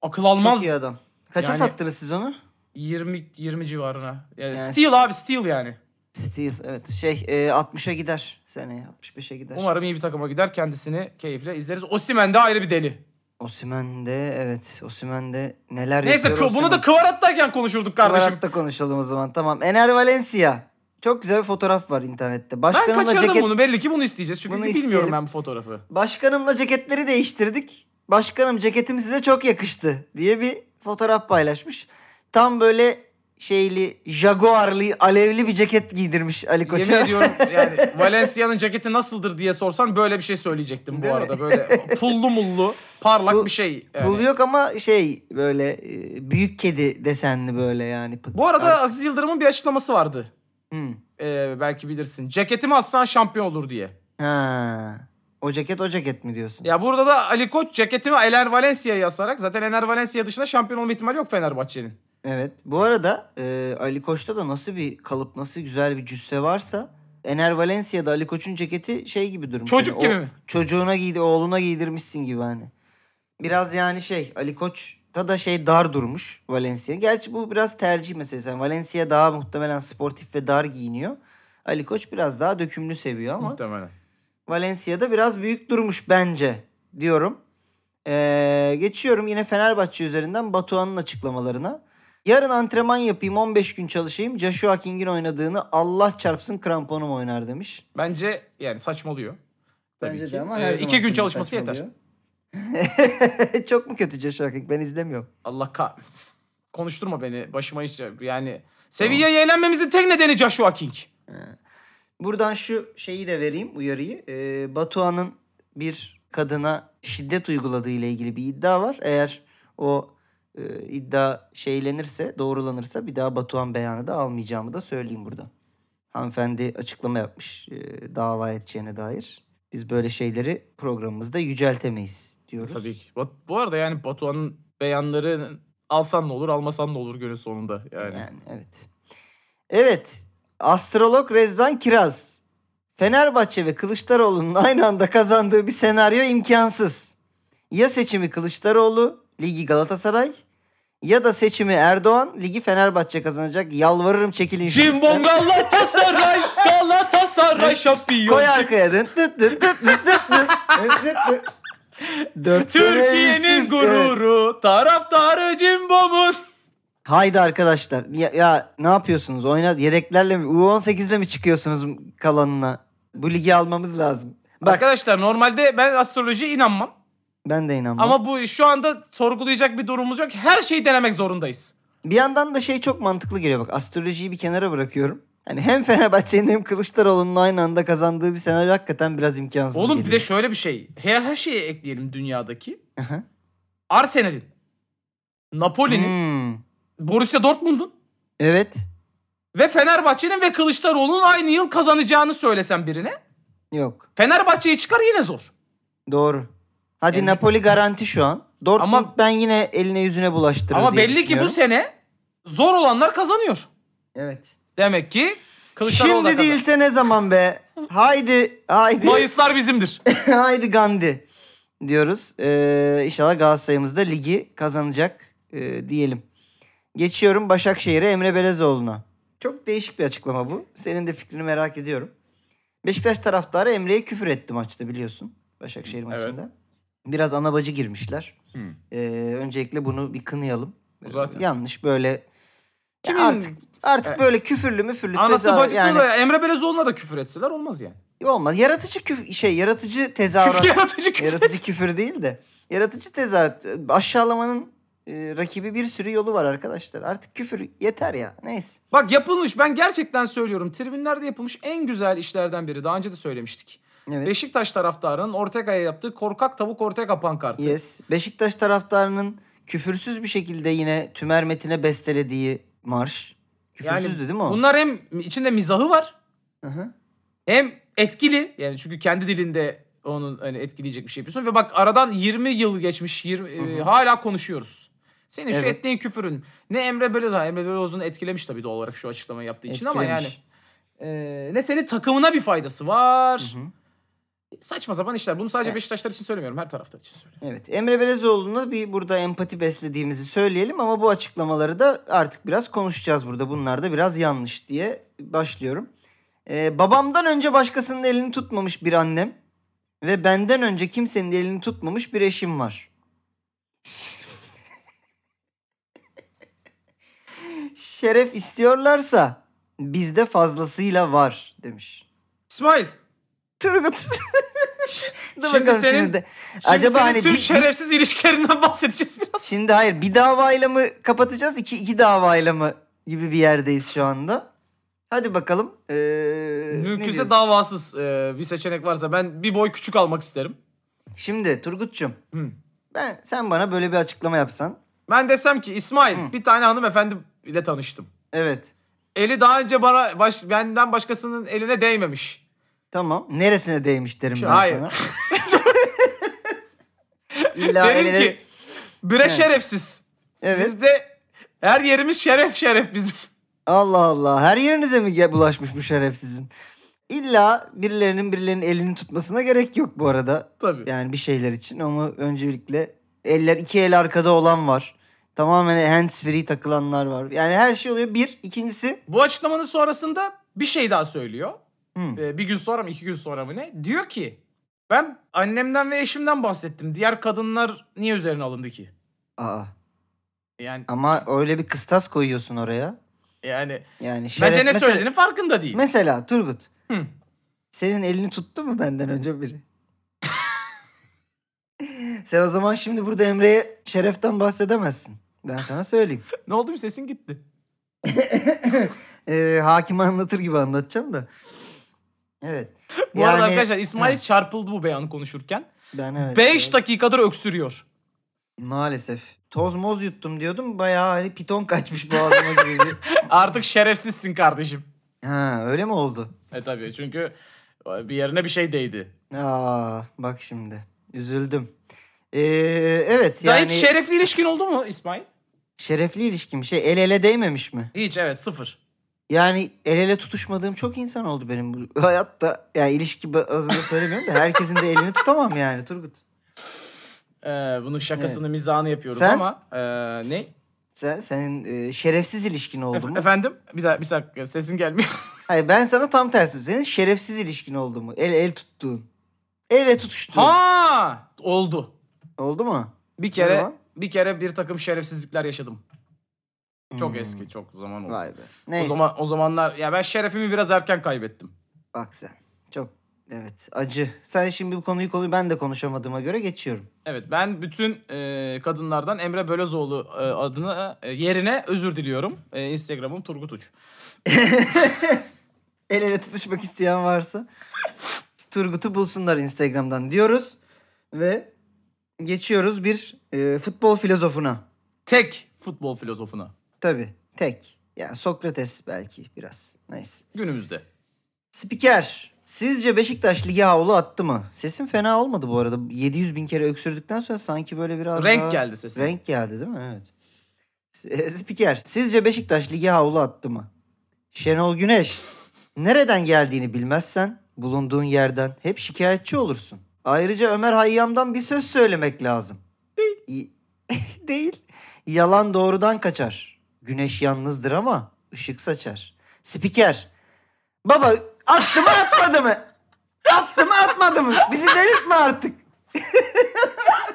S3: Akıl
S2: Çok
S3: almaz.
S2: iyi adam. Kaça
S3: Yani-
S2: sattınız siz onu?
S3: 20 20 civarına. Yani
S2: Yani-
S3: Steel abi Steel yani.
S2: Steel evet şey e, 60'a gider seneye 65'e gider.
S3: Umarım iyi bir takıma gider. Kendisini keyifle izleriz. Osimhen de ayrı bir deli.
S2: Osimhen de evet Osimhen de neler
S3: Neyse
S2: yapıyor
S3: kı- bunu da Kıvarat'tayken konuşurduk kardeşim.
S2: da konuşalım o zaman tamam. Ener Valencia. Çok güzel bir fotoğraf var internette.
S3: Ben
S2: Başkanımla
S3: kaçırdım
S2: ceket
S3: bunu. Belli ki bunu isteyeceğiz. Çünkü
S2: Bunu
S3: bilmiyorum
S2: isteyelim.
S3: ben bu fotoğrafı.
S2: Başkanımla ceketleri değiştirdik. Başkanım ceketim size çok yakıştı diye bir fotoğraf paylaşmış. Tam böyle şeyli Jaguar'lı alevli bir ceket giydirmiş Ali Koç'a.
S3: Yemin ediyorum yani Valencia'nın ceketi nasıldır diye sorsan böyle bir şey söyleyecektim
S2: Değil
S3: bu
S2: mi?
S3: arada. Böyle pullu mullu parlak
S2: Pul-
S3: bir şey. yani.
S2: Pul yok ama şey böyle e, büyük kedi desenli böyle yani. Pık-
S3: Bu arada
S2: Ar-
S3: Aziz Yıldırım'ın bir açıklaması vardı.
S2: Hmm.
S3: Ee, belki bilirsin. Ceketimi assan şampiyon olur diye.
S2: Ha. O ceket o ceket mi diyorsun?
S3: Ya burada da Ali Koç ceketimi Ener Valencia'ya asarak zaten Ener Valencia dışında şampiyon olma ihtimali yok Fenerbahçe'nin.
S2: Evet. Bu arada e, Ali Koç'ta da nasıl bir kalıp nasıl güzel bir cüsse varsa Ener Valencia'da Ali Koç'un ceketi şey gibi durmuş.
S3: Çocuk
S2: Yani o-
S3: gibi mi?
S2: çocuğuna giydi, oğluna giydirmişsin gibi hani. Biraz yani şey Ali Koç'ta da şey dar durmuş Valencia. Gerçi bu biraz tercih meselesi. Yani Valencia daha muhtemelen sportif ve dar giyiniyor. Ali Koç biraz daha dökümlü seviyor ama
S3: Muhtemelen.
S2: Valencia'da biraz büyük durmuş bence diyorum. Ee, geçiyorum yine Fenerbahçe üzerinden Batuhan'ın açıklamalarına. Yarın antrenman yapayım 15 gün çalışayım. Joshua King'in oynadığını Allah çarpsın kramponum oynar demiş.
S3: Bence yani saçmalıyor. Tabii
S2: Bence
S3: ki.
S2: de ama
S3: Ee,
S2: her
S3: iki
S2: zamanki
S3: gün
S2: gibi
S3: çalışması
S2: saçmalıyor. Çok mu kötü Joshua King? Ben izlemiyorum.
S3: Allah kah... Konuşturma beni. Başıma hiç yani. Sevilla'ya eğlenmemizin tek nedeni Joshua King.
S2: Buradan şu şeyi de vereyim uyarıyı. Ee, Batuhan'ın bir kadına şiddet uyguladığı ile ilgili bir iddia var. Eğer o e, iddia şeylenirse, doğrulanırsa bir daha Batuhan beyanı da almayacağımı da söyleyeyim buradan. Hanımefendi açıklama yapmış e, dava edeceğine dair. Biz böyle şeyleri programımızda yüceltemeyiz diyoruz.
S3: Tabii ki. Bat- Bu arada yani Batuhan'ın beyanları alsan ne olur almasan ne olur günün sonunda yani.
S2: Yani. evet. Evet. Astrolog Rezzan Kiraz. Fenerbahçe ve Kılıçdaroğlu'nun aynı anda kazandığı bir senaryo imkansız. Ya seçimi Kılıçdaroğlu, ligi Galatasaray ya da seçimi Erdoğan, ligi Fenerbahçe kazanacak. Yalvarırım çekilin şu.
S3: Cimbom Galatasaray Galatasaray şampiyon.
S2: Koy arkaya. Dın dın dın dın dın dın dın. Dın dın dın. Dört sene üst
S3: Türkiye'nin
S2: üste. Evet.
S3: gururu taraftarı Cimbom'un.
S2: Haydi arkadaşlar. Ya, ya ne yapıyorsunuz? Oyna yedeklerle mi? U18'le mi çıkıyorsunuz kalanına? Bu ligi almamız lazım. Bak
S3: Arkadaşlar normalde ben astrolojiye inanmam.
S2: ben de inanmam.
S3: Ama bu şu anda sorgulayacak bir durumumuz yok. Her şeyi denemek zorundayız.
S2: bir yandan da şey çok mantıklı geliyor bak. Astrolojiyi bir kenara bırakıyorum. Hani hem Fenerbahçe'nin hem Kılıçdaroğlu'nun aynı anda kazandığı bir senaryo hakikaten biraz imkansız
S3: Oğlum bir de
S2: geliyor.
S3: şöyle bir şey. Her, her şeyi ekleyelim dünyadaki.
S2: Aha.
S3: Arsenal'in, Napoli'nin,
S2: Hmm.
S3: Borussia Dortmund'un
S2: Evet.
S3: ve Fenerbahçe'nin ve Kılıçdaroğlu'nun aynı yıl kazanacağını söylesen birine.
S2: Yok.
S3: Fenerbahçe'yi çıkar yine zor.
S2: Doğru. Hadi
S3: Yani-
S2: Napoli garanti şu an. Dortmund
S3: Ama-
S2: ben yine eline yüzüne bulaştırır
S3: Ama
S2: diye
S3: belli ki bu
S2: düşünüyorum.
S3: sene zor olanlar kazanıyor.
S2: Evet.
S3: Demek ki Kılıçdaroğlu da
S2: Şimdi
S3: kazanır.
S2: değilse ne zaman be? Haydi. Haydi.
S3: Mayıslar bizimdir.
S2: Haydi Gandhi diyoruz. Ee, inşallah Galatasaray'ımız da ligi kazanacak e, diyelim. Geçiyorum Başakşehir'e Emre Belezoğlu'na. Çok değişik bir açıklama bu. Senin de fikrini merak ediyorum. Beşiktaş taraftarı Emre'ye küfür etti maçta biliyorsun. Başakşehir
S3: Evet.
S2: maçında. Biraz anabacı girmişler.
S3: Hı.
S2: Ee, öncelikle bunu bir kınayalım.
S3: Bu zaten.
S2: Yanlış böyle. Ya
S3: Kimin-
S2: artık artık
S3: E,
S2: böyle küfürlü müfürlü
S3: Anası
S2: tezahürat-
S3: bacısı da Emre Belezoğlu'na da küfür etseler olmaz yani.
S2: olmaz. Yaratıcı küf şey yaratıcı
S3: Küfür
S2: tezahürat
S3: yaratıcı küfür.
S2: Yaratıcı küfür değil de. Yaratıcı tezahürat. Aşağılamanın e, rakibi bir sürü yolu var arkadaşlar. Artık küfür yeter ya. Neyse.
S3: Bak yapılmış ben gerçekten söylüyorum. Tribünlerde yapılmış en güzel işlerden biri. Daha önce de söylemiştik.
S2: Evet.
S3: Beşiktaş taraftarının Ortega'ya yaptığı korkak tavuk Ortega pankartı.
S2: yes. Beşiktaş taraftarının küfürsüz bir şekilde yine Tümer Metin'e bestelediği marş. Küfürsüzdü değil mi o?
S3: Bunlar hem içinde mizahı var
S2: Hı hı.
S3: hem etkili yani çünkü kendi dilinde onun hani etkileyecek bir şey yapıyorsun ve bak aradan 20 yıl geçmiş 20 e,
S2: Hı hı.
S3: hala konuşuyoruz. Senin şu
S2: Evet.
S3: ettiğin küfürün ne Emre Belözoğlu Emre Belözoğlu'nu etkilemiş tabii doğal olarak şu açıklamayı yaptığı için ama yani
S2: Etkilemiş.
S3: e, ne senin takımına bir faydası var.
S2: Hı hı.
S3: Saçma sapan işler. Bunu sadece
S2: Evet.
S3: Beşiktaşlar için söylemiyorum. Her taraftar için söylüyorum.
S2: Evet Emre Belezoğlu'na bir burada empati beslediğimizi söyleyelim ama bu açıklamaları da artık biraz konuşacağız burada. Bunlar da biraz yanlış diye başlıyorum. Ee, babamdan önce başkasının elini tutmamış bir annem ve benden önce kimsenin elini tutmamış bir eşim var. Şeref istiyorlarsa bizde fazlasıyla var demiş.
S3: İsmail.
S2: Turgut. Dur
S3: Şimdi
S2: bakalım
S3: senin-
S2: şimdi de.
S3: Şimdi
S2: Acaba
S3: senin
S2: hani
S3: tüm
S2: bir-
S3: şerefsiz ilişkilerinden bahsedeceğiz biraz.
S2: Şimdi hayır bir davayla mı kapatacağız iki, iki davayla mı gibi bir yerdeyiz şu anda. Hadi bakalım. Ee, ne
S3: Mümkünse
S2: diyorsun?
S3: davasız e, bir seçenek varsa ben bir boy küçük almak isterim.
S2: Şimdi Turgut'cum
S3: Hı.
S2: ben sen bana böyle bir açıklama yapsan.
S3: Ben desem ki İsmail
S2: Hı.
S3: bir tane hanımefendi ile tanıştım.
S2: Evet
S3: Eli daha önce bana baş, benden başkasının eline değmemiş.
S2: tamam neresine değmiş derim
S3: Şu-
S2: ben
S3: hayır.
S2: sana. İlla
S3: Derim
S2: eline-
S3: ki bire
S2: Evet.
S3: şerefsiz.
S2: Evet.
S3: Bizde her yerimiz şeref şeref bizim.
S2: Allah Allah her yerinize mi ge- bulaşmış bu şeref sizin? İlla birilerinin birilerinin elini tutmasına gerek yok bu arada.
S3: Tabii.
S2: Yani bir şeyler için onu öncelikle eller iki el arkada olan var. Tamamen hands free takılanlar var. Yani her şey oluyor. Bir. ikincisi
S3: Bu açıklamanın sonrasında bir şey daha söylüyor.
S2: Hı.
S3: Ee, bir gün sonra mı iki gün sonra mı ne? Diyor ki ben annemden ve eşimden bahsettim. Diğer kadınlar niye üzerine alındı ki?
S2: Aa,
S3: Yani
S2: ama öyle bir kıstas koyuyorsun oraya.
S3: yani
S2: Yani şeref,
S3: bence ne
S2: mesela,
S3: söylediğinin farkında değil.
S2: Mesela Turgut.
S3: Hı.
S2: Senin elini tuttu mu benden önce biri? Sen o zaman şimdi burada Emre'ye şereften bahsedemezsin. Ben sana söyleyeyim.
S3: ne oldu bir sesin gitti.
S2: Ee, hakime anlatır gibi anlatacağım da. Evet.
S3: Bu arada
S2: Yani-
S3: arkadaşlar İsmail
S2: Heh,
S3: çarpıldı bu beyanı konuşurken.
S2: ben evet.
S3: 5
S2: evet.
S3: dakikadır öksürüyor.
S2: Maalesef. Toz moz yuttum diyordum. Bayağı hani piton kaçmış boğazıma gibi. bir-
S3: Artık şerefsizsin kardeşim.
S2: ha öyle mi oldu?
S3: E tabii çünkü bir yerine bir şey değdi.
S2: Aa bak şimdi. Üzüldüm. Ee, evet
S3: Daha
S2: yani
S3: hiç şerefli ilişkin oldu mu İsmail?
S2: şerefli ilişkim şey el ele değmemiş mi?
S3: Hiç evet sıfır.
S2: Yani el ele tutuşmadığım çok insan oldu benim bu hayatta. Yani ilişki bazında söylemiyorum da herkesin de elini tutamam yani Turgut.
S3: Ee, bunun şakasını mizahını yapıyoruz
S2: Sen?
S3: ama e, ne?
S2: Sen senin e, şerefsiz ilişkin oldu
S3: Ef-
S2: mu?
S3: Efendim? Bir, dak- bir dakika sesim gelmiyor.
S2: Hayır ben sana tam tersi. Senin şerefsiz ilişkin oldu mu? El el tuttuğun. El ele tutuştuğun.
S3: ha! Oldu.
S2: Oldu mu?
S3: Bir
S2: Ne
S3: kere
S2: zaman?
S3: bir kere bir takım şerefsizlikler yaşadım. Çok
S2: Hmm.
S3: eski, çok zaman oldu.
S2: Vay be. Neyse.
S3: O zaman o zamanlar ya ben şerefimi biraz erken kaybettim.
S2: Bak sen. Çok evet acı. Sen şimdi bu konuyu konu ben de konuşamadığıma göre geçiyorum.
S3: Evet ben bütün e, kadınlardan Emre Bölezoğlu e, adına e, yerine özür diliyorum. E, Instagram'ım Turgut Uç.
S2: El ele tutuşmak isteyen varsa Turgut'u bulsunlar Instagram'dan diyoruz ve geçiyoruz bir e, futbol filozofuna.
S3: Tek futbol filozofuna
S2: Tabii tek. Yani Sokrates belki biraz. Neyse.
S3: günümüzde.
S2: Spiker. Sizce Beşiktaş lige havlu attı mı? Sesim fena olmadı bu arada. 700 bin kere öksürdükten sonra sanki böyle biraz daha-
S3: Renk geldi sesine.
S2: Renk geldi değil mi? Evet. S- Spiker, sizce Beşiktaş lige havlu attı mı? Şenol Güneş, nereden geldiğini bilmezsen bulunduğun yerden hep şikayetçi olursun. Ayrıca Ömer Hayyam'dan bir söz söylemek lazım. Değil. Değil. Yalan doğrudan kaçar. Güneş yalnızdır ama ışık saçar. Spiker, baba attı mı atmadı mı? Attı mı atmadı mı? Bizi delirtme artık.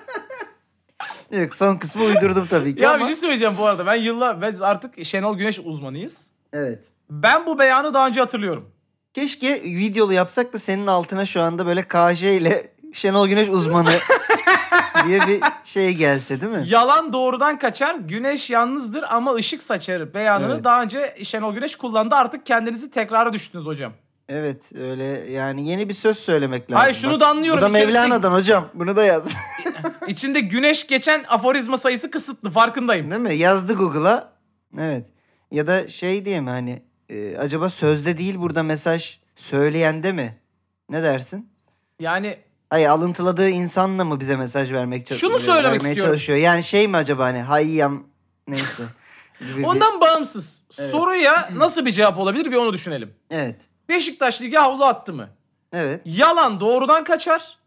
S2: Yok son kısmı uydurdum tabii ki
S3: Ya
S2: ama.
S3: bir şey söyleyeceğim bu arada. Ben yıllar biz artık Şenol Güneş uzmanıyız.
S2: Evet.
S3: Ben bu beyanı daha önce hatırlıyorum.
S2: Keşke videolu yapsak da senin altına şu anda böyle KJ ile Şenol Güneş uzmanı diye bir şey gelse değil mi?
S3: Yalan doğrudan kaçar, güneş yalnızdır ama ışık saçar beyanını
S2: Evet.
S3: daha önce Şenol Güneş kullandı. Artık kendinizi tekrara düştünüz hocam.
S2: Evet öyle yani yeni bir söz söylemek lazım.
S3: Hayır, şunu da anlıyorum.
S2: Bu da
S3: İçerisinde-
S2: Mevlana'dan hocam bunu da yaz.
S3: içinde güneş geçen aforizma sayısı kısıtlı farkındayım.
S2: Değil mi? Yazdı Google'a. Evet. Ya da şey diye mi hani e, acaba sözde değil burada mesaj söyleyende mi? Ne dersin?
S3: Yani
S2: Ay alıntıladığı insanla mı bize mesaj vermek
S3: Şunu
S2: çalışıyor?
S3: söylemek
S2: vermeye
S3: istiyorum.
S2: çalışıyor. Yani şey mi acaba hani hayyam neyse. gibi bir-
S3: ondan bağımsız
S2: Evet.
S3: soruya nasıl bir cevap olabilir bir onu düşünelim.
S2: Evet.
S3: Beşiktaş lige havlu attı mı?
S2: Evet.
S3: Yalan doğrudan kaçar.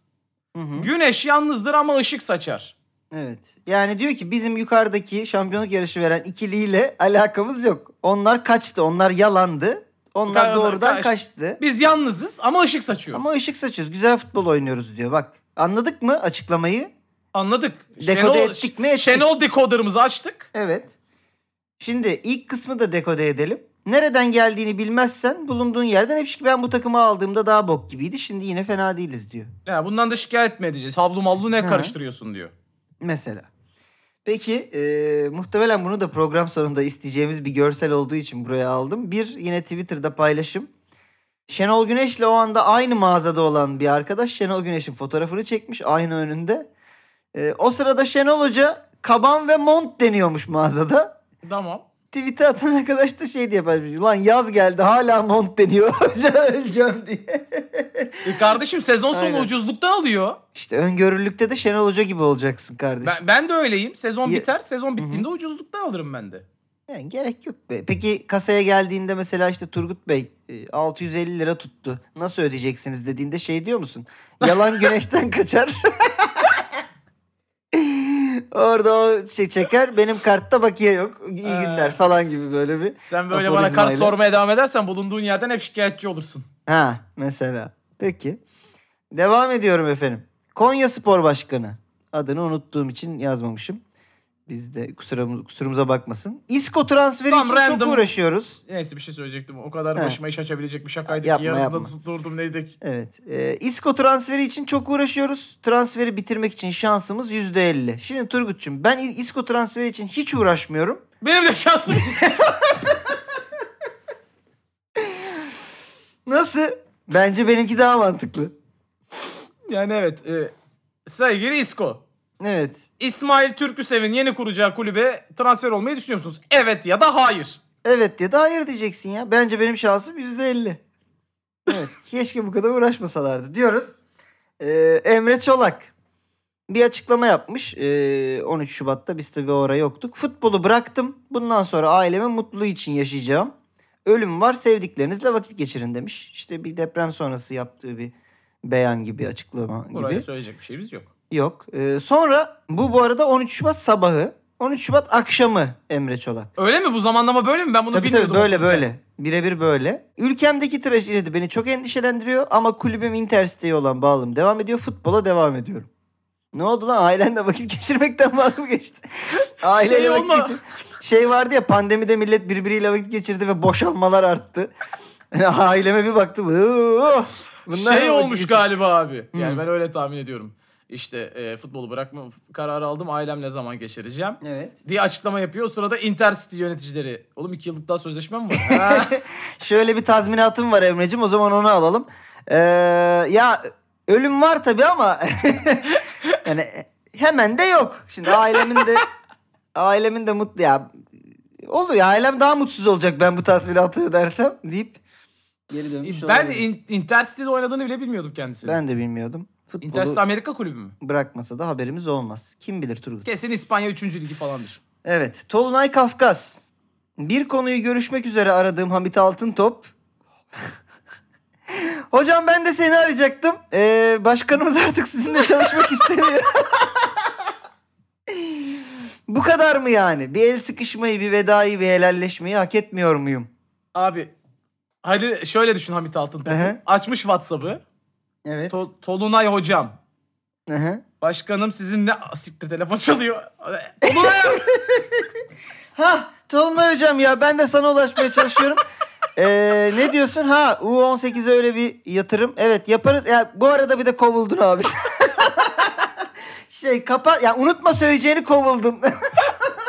S2: Hı hı.
S3: Güneş yalnızdır ama ışık saçar.
S2: Evet. Yani diyor ki bizim yukarıdaki şampiyonluk yarışı veren ikiliyle alakamız yok. Onlar kaçtı. Onlar yalandı. Onlar
S3: Ka-
S2: doğrudan
S3: kaç-
S2: kaçtı.
S3: Biz yalnızız ama ışık saçıyoruz.
S2: Ama ışık saçıyoruz. Güzel futbol oynuyoruz diyor. Bak anladık mı açıklamayı?
S3: Anladık.
S2: Dekode ettik mi? Ettik.
S3: Şenol decoder'ımızı açtık.
S2: Evet. Şimdi ilk kısmı da dekode edelim. Nereden geldiğini bilmezsen bulunduğun yerden hep şey, ben bu takımı aldığımda daha bok gibiydi. Şimdi yine fena değiliz diyor.
S3: Ya bundan da şikayet mi edeceğiz? Havlu mallu ne
S2: Hı.
S3: karıştırıyorsun diyor.
S2: Mesela. Peki e, muhtemelen bunu da program sonunda isteyeceğimiz bir görsel olduğu için buraya aldım. Bir yine Twitter'da paylaşım. Şenol Güneş'le o anda aynı mağazada olan bir arkadaş Şenol Güneş'in fotoğrafını çekmiş aynı önünde. E, o sırada Şenol Hoca kaban ve mont deniyormuş mağazada.
S3: Tamam.
S2: Tweet'e atan arkadaş da şey diye paylaşmış. Ulan yaz geldi hala mont deniyor. Hoca öleceğim diye.
S3: E kardeşim sezon sonu
S2: Aynen.
S3: ucuzluktan alıyor.
S2: İşte öngörülükte de Şenol Hoca gibi olacaksın kardeşim.
S3: Ben, ben de öyleyim. Sezon
S2: Ye-
S3: biter. Sezon bittiğinde ucuzluktan alırım ben de.
S2: Yani gerek yok be. Peki kasaya geldiğinde mesela işte Turgut Bey e, 650 lira tuttu. Nasıl ödeyeceksiniz dediğinde şey diyor musun? Yalan güneşten kaçar. Orada o şey çeker. Benim kartta bakiye yok. İyi günler falan gibi böyle bir.
S3: Sen böyle bana kart
S2: Aforizmayla.
S3: sormaya devam edersen bulunduğun yerden hep şikayetçi olursun.
S2: Ha mesela. Peki. Devam ediyorum efendim. Konya Spor Başkanı. Adını unuttuğum için yazmamışım. Biz de kusurum, kusurumuza bakmasın. İSKO transferi
S3: Some
S2: için
S3: random-
S2: çok uğraşıyoruz.
S3: Neyse bir şey söyleyecektim. O kadar
S2: He.
S3: başıma iş açabilecek bir şakaydı
S2: Yapma,
S3: ki yarısında
S2: yapma.
S3: tutturdum neydik.
S2: Evet. E, İSKO transferi için çok uğraşıyoruz. Transferi bitirmek için şansımız %50. Şimdi Turgut'cum ben İ- İSKO transferi için hiç uğraşmıyorum.
S3: Benim de şansım
S2: Nasıl? Bence benimki daha mantıklı.
S3: Yani evet. E, sevgili İSKO.
S2: Evet.
S3: İsmail Türküsev'in yeni kuracağı kulübe transfer olmayı düşünüyor musunuz? Evet ya da hayır.
S2: Evet ya da hayır diyeceksin ya. Bence benim şansım %50. Evet. keşke bu kadar uğraşmasalardı diyoruz. E, Emre Çolak bir açıklama yapmış. E, 13 Şubat'ta biz tabii o ara yoktuk. Futbolu bıraktım. Bundan sonra ailemin mutluluğu için yaşayacağım. Ölüm var sevdiklerinizle vakit geçirin demiş. İşte bir deprem sonrası yaptığı bir beyan gibi açıklama gibi.
S3: Oraya söyleyecek bir şeyimiz yok.
S2: Yok. E, sonra bu bu arada 13 Şubat sabahı. 13 Şubat akşamı Emre Çolak.
S3: Öyle mi? Bu zamanlama böyle mi? Ben bunu
S2: Tabii
S3: bilmiyordum.
S2: tabii böyle
S3: okurken.
S2: böyle. Birebir böyle. Ülkemdeki trajedi beni çok endişelendiriyor ama kulübüm Inter siteyi olan bağlım devam ediyor. Futbola devam ediyorum. Ne oldu lan? Ailenle vakit geçirmekten vaz mı geçti? Aileyle
S3: Şey
S2: vakit
S3: olma.
S2: geçir. Şey vardı ya pandemide millet birbiriyle vakit geçirdi ve boşanmalar arttı. Yani aileme bir baktım. "Oo, bunlar Hmm.
S3: şey
S2: mı vakit
S3: olmuş
S2: geçir-"
S3: galiba abi. Yani
S2: Hı.
S3: ben öyle tahmin ediyorum. İşte e, futbolu bırakma kararı aldım. Ailemle zaman geçireceğim.
S2: Evet.
S3: diye açıklama yapıyor. O sırada Intercity yöneticileri. Oğlum iki yıllık daha sözleşmem var. Ha.
S2: Şöyle bir tazminatım var Emre'cim o zaman onu alalım. Ee, ya ölüm var tabii ama yani hemen de yok. Şimdi ailemin de ailemin de mutlu ya olur ya ailem daha mutsuz olacak ben bu tazminatı ödersem deyip geri dönmüş
S3: ben
S2: olabilirim.
S3: in, Intercity'de oynadığını bile bilmiyordum kendisini.
S2: şey ben de bilmiyordum. Futbolu
S3: Intercity Amerika kulübü mü?
S2: bırakmasa da haberimiz olmaz. Kim bilir Turgut.
S3: Kesin İspanya 3. ligi falandır.
S2: Evet. Tolunay Kafkas. Bir konuyu görüşmek üzere aradığım Hamit Altıntop. Hocam ben de seni arayacaktım. Ee, başkanımız artık sizinle çalışmak istemiyor. Bu kadar mı yani? Bir el sıkışmayı, bir vedayı, bir helalleşmeyi hak etmiyor muyum?
S3: Abi hadi şöyle düşün Hamit Altıntop'u.
S2: Ehe.
S3: Açmış WhatsApp'ı.
S2: Evet.
S3: To- Tolunay hocam.
S2: Hı hı.
S3: Başkanım sizinle Aa, siktir telefon çalıyor. Tolunay
S2: Ha Tolunay hocam ya ben de sana ulaşmaya çalışıyorum. Ee, ne diyorsun? Ha U18'e öyle bir yatırım. Evet yaparız. Ya bu arada bir de kovuldun abi. şey kapat ya unutma söyleyeceğini kovuldun.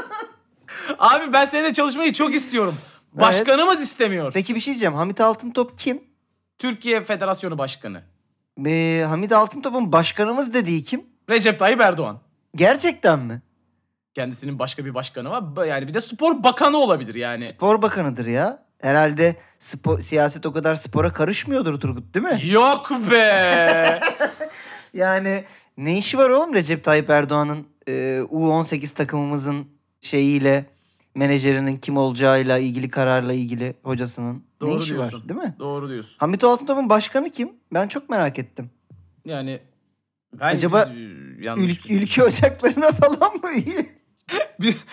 S3: abi ben seninle çalışmayı çok istiyorum. Başkanımız istemiyor.
S2: Peki bir şey diyeceğim. Hamit Altıntop kim?
S3: Türkiye Federasyonu Başkanı.
S2: Ee, Hamit Altıntop'un başkanımız dediği kim?
S3: Recep Tayyip Erdoğan.
S2: Gerçekten mi?
S3: Kendisinin başka bir başkanı var. Ba- Yani bir de spor bakanı olabilir yani.
S2: Spor bakanıdır ya. Herhalde spo- siyaset o kadar spora karışmıyordur Turgut değil mi?
S3: Yok be.
S2: Yani ne işi var oğlum Recep Tayyip Erdoğan'ın e, U18 takımımızın şeyiyle menajerinin kim olacağıyla ilgili kararla ilgili hocasının ne
S3: Doğru
S2: işi var
S3: diyorsun.
S2: değil mi?
S3: Doğru diyorsun.
S2: Hamit Altınok'un başkanı kim? Ben çok merak ettim.
S3: Yani ben e,
S2: Acaba
S3: yanlış.
S2: Ül- ülke ocaklarına falan mı iyi?
S3: Biz-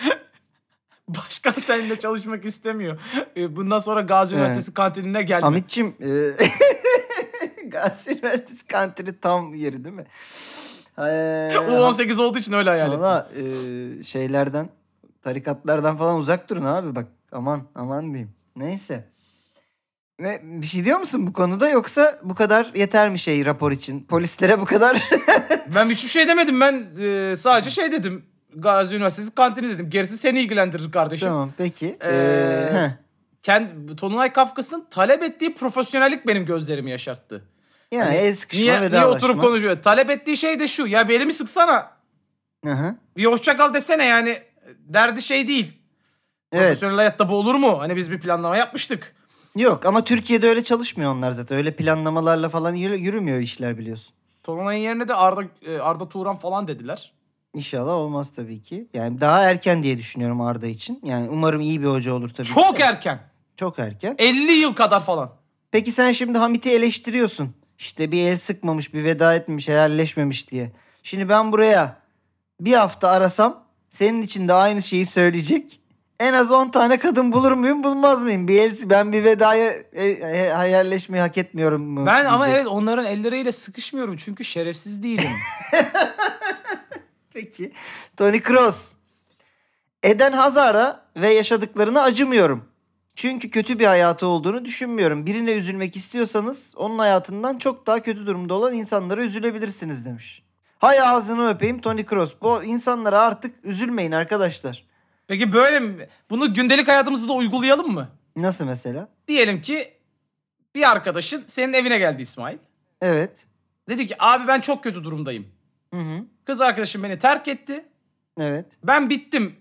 S3: Başkan seninle çalışmak istemiyor. E, Bundan sonra Gazi
S2: Evet.
S3: Üniversitesi kantinine gelme.
S2: Hamit'cim e, Gazi Üniversitesi kantini tam yeri değil mi? Ee,
S3: U18 olduğu için öyle hayal ettim.
S2: Valla e, şeylerden, tarikatlardan falan uzak durun abi bak. Aman aman diyeyim. Neyse. Ne, bir şey diyor musun bu konuda yoksa bu kadar yeter mi şey rapor için? Polislere bu kadar
S3: Ben hiçbir şey demedim. Ben e, sadece şey dedim. Gazi Üniversitesi kantini dedim. Gerisi seni ilgilendirir kardeşim.
S2: tamam peki. Ee,
S3: Ee,
S2: heh.
S3: Kend, Tonunay Kafkas'ın talep ettiği profesyonellik benim gözlerimi yaşarttı.
S2: yani
S3: hani
S2: el sıkışma
S3: Niye, niye
S2: vedalaşma.
S3: oturup konuşuyor? Talep ettiği şey de şu. Ya bir elimi sıksana.
S2: Hı hı.
S3: Bir hoşça kal desene yani. Derdi şey değil.
S2: Evet.
S3: Profesyonel hayatta bu olur mu? Hani biz bir planlama yapmıştık.
S2: Yok ama Türkiye'de öyle çalışmıyor onlar zaten. Öyle planlamalarla falan yürü- yürümüyor işler biliyorsun.
S3: Tolunay'ın yerine de Arda e, Arda Turan falan dediler.
S2: İnşallah olmaz tabii ki. Yani daha erken diye düşünüyorum Arda için. Yani umarım iyi bir hoca olur tabii.
S3: Çok
S2: ki.
S3: erken.
S2: Çok erken.
S3: 50 yıl kadar falan.
S2: Peki sen şimdi Hamit'i eleştiriyorsun. İşte bir el sıkmamış, bir veda etmemiş, helalleşmemiş diye. Şimdi ben buraya bir hafta arasam senin için de aynı şeyi söyleyecek. En az 10 tane kadın bulur muyum, bulmaz mıyım? Bir el, ben bir vedaya e, e, helalleşmeyi hak etmiyorum mu?
S3: Ben ama
S2: diyecek.
S3: evet onların elleriyle sıkışmıyorum çünkü şerefsiz değilim.
S2: Peki. Tony Kroos. Eden Hazard'a ve yaşadıklarına acımıyorum. Çünkü kötü bir hayatı olduğunu düşünmüyorum. Birine üzülmek istiyorsanız onun hayatından çok daha kötü durumda olan insanlara üzülebilirsiniz demiş. Hay ağzını öpeyim Tony Kroos. Bu insanlara artık üzülmeyin arkadaşlar.
S3: Peki böyle mi? Bunu gündelik hayatımızda da uygulayalım mı?
S2: Nasıl mesela?
S3: Diyelim ki bir arkadaşın senin evine geldi İsmail.
S2: Evet.
S3: Dedi ki abi ben çok kötü durumdayım.
S2: Hı hı.
S3: Kız arkadaşım beni terk etti.
S2: Evet.
S3: Ben bittim.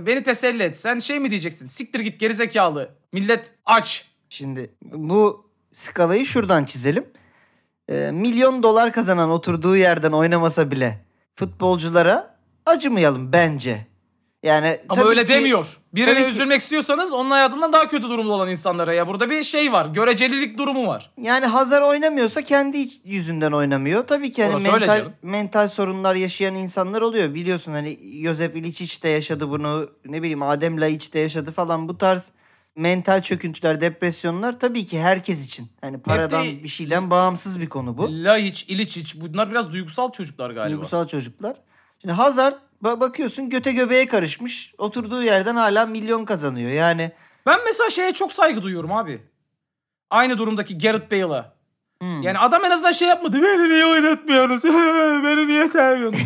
S3: Beni teselli et. Sen şey mi diyeceksin? Siktir git gerizekalı. Millet aç.
S2: Şimdi bu skalayı şuradan çizelim. Ee, milyon dolar kazanan oturduğu yerden oynamasa bile futbolculara acımayalım bence. Yani
S3: Ama
S2: E, tabii
S3: öyle
S2: ki-
S3: demiyor. Birine
S2: tabii ki-
S3: üzülmek istiyorsanız onun hayatından daha kötü durumda olan insanlara ya. Burada bir şey var. Görecelilik durumu var.
S2: Yani Hazar oynamıyorsa kendi iç- yüzünden oynamıyor. Tabii ki hani
S3: Orası öyle
S2: mental,
S3: canım.
S2: mental sorunlar yaşayan insanlar oluyor. Biliyorsun hani Josep İliçiç de yaşadı bunu. Ne bileyim Adem Laiç de yaşadı falan. Bu tarz mental çöküntüler, depresyonlar tabii ki herkes için. Hani paradan bir şeyden bağımsız bir konu bu.
S3: Laiç, İliçiç bunlar biraz duygusal çocuklar galiba.
S2: Duygusal çocuklar. Şimdi Hazard ba- bakıyorsun göte göbeğe karışmış. Oturduğu yerden hala milyon kazanıyor. Yani
S3: Ben mesela şeye çok saygı duyuyorum abi. Aynı durumdaki Gareth Bale'a.
S2: hmm,
S3: Yani adam en azından şey yapmadı. Beni niye oynatmıyorsunuz? Beni niye sevmiyorsunuz?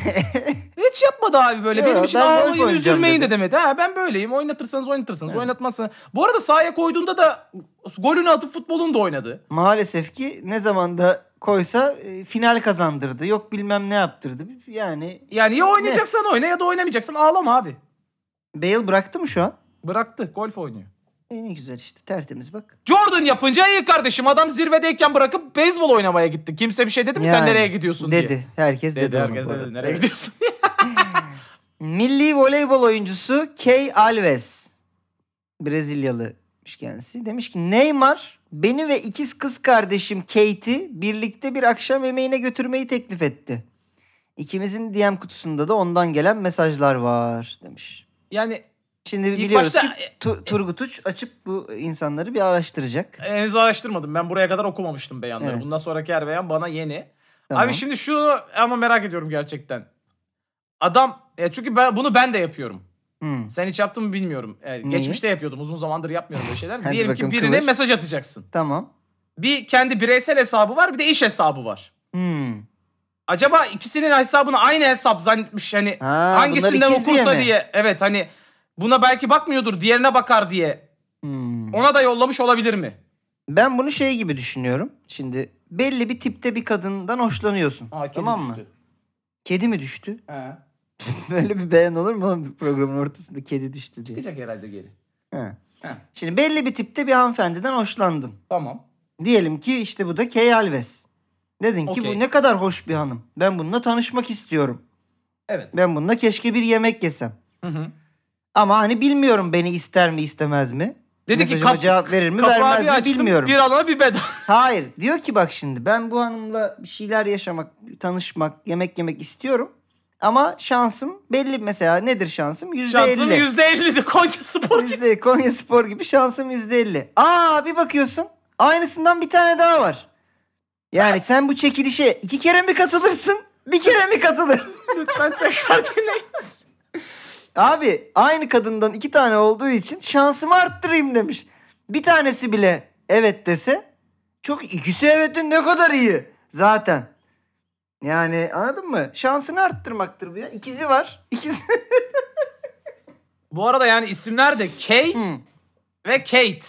S3: Hiç yapmadı abi böyle.
S2: Yo,
S3: Benim için
S2: ben golf
S3: ağlayın
S2: oynayacağım
S3: üzülmeyin
S2: dedi.
S3: de demedi. Ha, ben böyleyim. Oynatırsanız oynatırsanız.
S2: Evet.
S3: Oynatmazsanız. Bu arada sahaya koyduğunda da golünü atıp futbolunu da oynadı.
S2: maalesef ki ne zaman da koysa e, final kazandırdı. Yok bilmem ne yaptırdı. Yani
S3: Yani ya oynayacaksan oyna ya da oynamayacaksan ağlama abi.
S2: Bale bıraktı mı şu an?
S3: Bıraktı. Golf oynuyor.
S2: E, ne güzel işte tertemiz bak.
S3: Jordan yapınca iyi kardeşim. Adam zirvedeyken bırakıp beyzbol oynamaya gitti. Kimse bir şey dedi mi sen
S2: Yani,
S3: nereye gidiyorsun
S2: dedi.
S3: diye.
S2: Herkes dedi.
S3: Dedi.
S2: ona
S3: herkes
S2: bu arada.
S3: dedi. Nereye
S2: Evet.
S3: gidiyorsun?
S2: Milli voleybol oyuncusu Key Alves. Brezilyalımış kendisi. Demiş ki Neymar beni ve ikiz kız kardeşim Kate'i birlikte bir akşam yemeğine götürmeyi teklif etti. İkimizin DM kutusunda da ondan gelen mesajlar var demiş.
S3: yani
S2: Şimdi
S3: İlk
S2: biliyoruz
S3: başta- e,
S2: ki Tu- Turgut Uç açıp bu insanları bir araştıracak.
S3: e, henüz araştırmadım. Ben buraya kadar okumamıştım beyanları.
S2: Evet.
S3: Bundan sonraki her beyan bana yeni.
S2: Tamam.
S3: Abi şimdi şu ama merak ediyorum gerçekten. Adam ya çünkü ben bunu ben de yapıyorum.
S2: Hmm.
S3: Sen hiç yaptın mı bilmiyorum. Yani
S2: Neyi?
S3: geçmişte yapıyordum. Uzun zamandır yapmıyorum böyle şeyler.
S2: Hadi
S3: Diyelim ki
S2: bakalım,
S3: birine
S2: Kıvırç.
S3: mesaj atacaksın.
S2: Tamam.
S3: Bir kendi bireysel hesabı var, bir de iş hesabı var.
S2: Hmm.
S3: Acaba ikisinin hesabını aynı hesap zannetmiş hani
S2: Ha, bunlar
S3: hangisinden
S2: ikiz diye
S3: okursa diye,
S2: mi?
S3: Evet hani buna belki bakmıyordur, diğerine bakar diye.
S2: Hmm.
S3: Ona da yollamış olabilir mi?
S2: Ben bunu şey gibi düşünüyorum. Şimdi belli bir tipte bir kadından hoşlanıyorsun.
S3: Aa, kedi
S2: tamam mı?
S3: düştü.
S2: Kedi mi düştü?
S3: He.
S2: Böyle bir beyan olur mu oğlum programın ortasında kedi düştü diye.
S3: Çıkacak herhalde geri.
S2: Ha.
S3: Ha.
S2: Şimdi belli bir tipte bir hanımefendiden hoşlandın.
S3: Tamam.
S2: Diyelim ki işte bu da Kay Alves. Dedin ki
S3: Okey.
S2: bu ne kadar hoş bir hanım. Ben bununla tanışmak istiyorum.
S3: Evet.
S2: Ben bununla keşke bir yemek yesem.
S3: Hı hı.
S2: Ama hani bilmiyorum beni ister mi istemez mi?
S3: Dedi ki
S2: Mesajıma
S3: kap,
S2: cevap verir mi
S3: kapağı
S2: vermez
S3: bir
S2: mi
S3: açtım
S2: bilmiyorum.
S3: bir alana bir bedava.
S2: Hayır diyor ki bak şimdi ben bu hanımla bir şeyler yaşamak, tanışmak, yemek yemek istiyorum. Ama şansım belli mesela nedir şansım? Yüzde
S3: Şansım
S2: elli.
S3: yüzde elli Konya Spor.
S2: Yüzde Konya Spor gibi şansım yüzde elli. Aa bir bakıyorsun aynısından bir tane daha var. Yani sen bu çekilişe iki kere mi katılırsın? Bir kere mi katılırsın?
S3: Lütfen tekrar dinleyiniz.
S2: Abi aynı kadından iki tane olduğu için şansımı arttırayım demiş. Bir tanesi bile evet dese çok ikisi evet de ne kadar iyi zaten. Yani anladın mı? Şansını arttırmaktır bu ya. İkizi var. İkizi.
S3: Bu arada yani isimler de Kay
S2: Hı.
S3: ve Kate.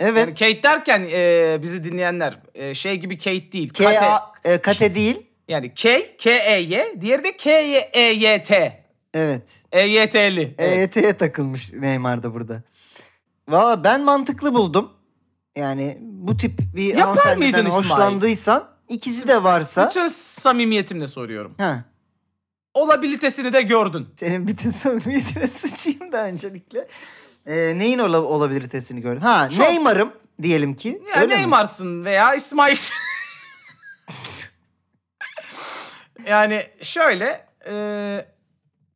S2: Evet.
S3: Yani Kate derken e, bizi dinleyenler e, şey gibi Kate değil.
S2: K
S3: Kate.
S2: A e, kate değil.
S3: Yani K, K-E-Y. Diğeri de E K-E-Y-T.
S2: Evet. E
S3: EYT'li. E Evet.
S2: EYT'ye takılmış Neymar da burada. Valla ben mantıklı buldum. Yani bu tip bir
S3: Yapar
S2: hanımefendiden
S3: mıydın İsmail?
S2: hoşlandıysan ikisi de varsa
S3: Bütün samimiyetimle soruyorum.
S2: ha,
S3: Olabilitesini de gördün.
S2: senin bütün samimiyetine sıçayım da öncelikle. Ee, neyin ola- olabilitesini gördüm? Ha
S3: Çok.
S2: Neymar'ım diyelim ki.
S3: Ya
S2: Öyle mi?
S3: Neymar'sın veya İsmail. yani şöyle e,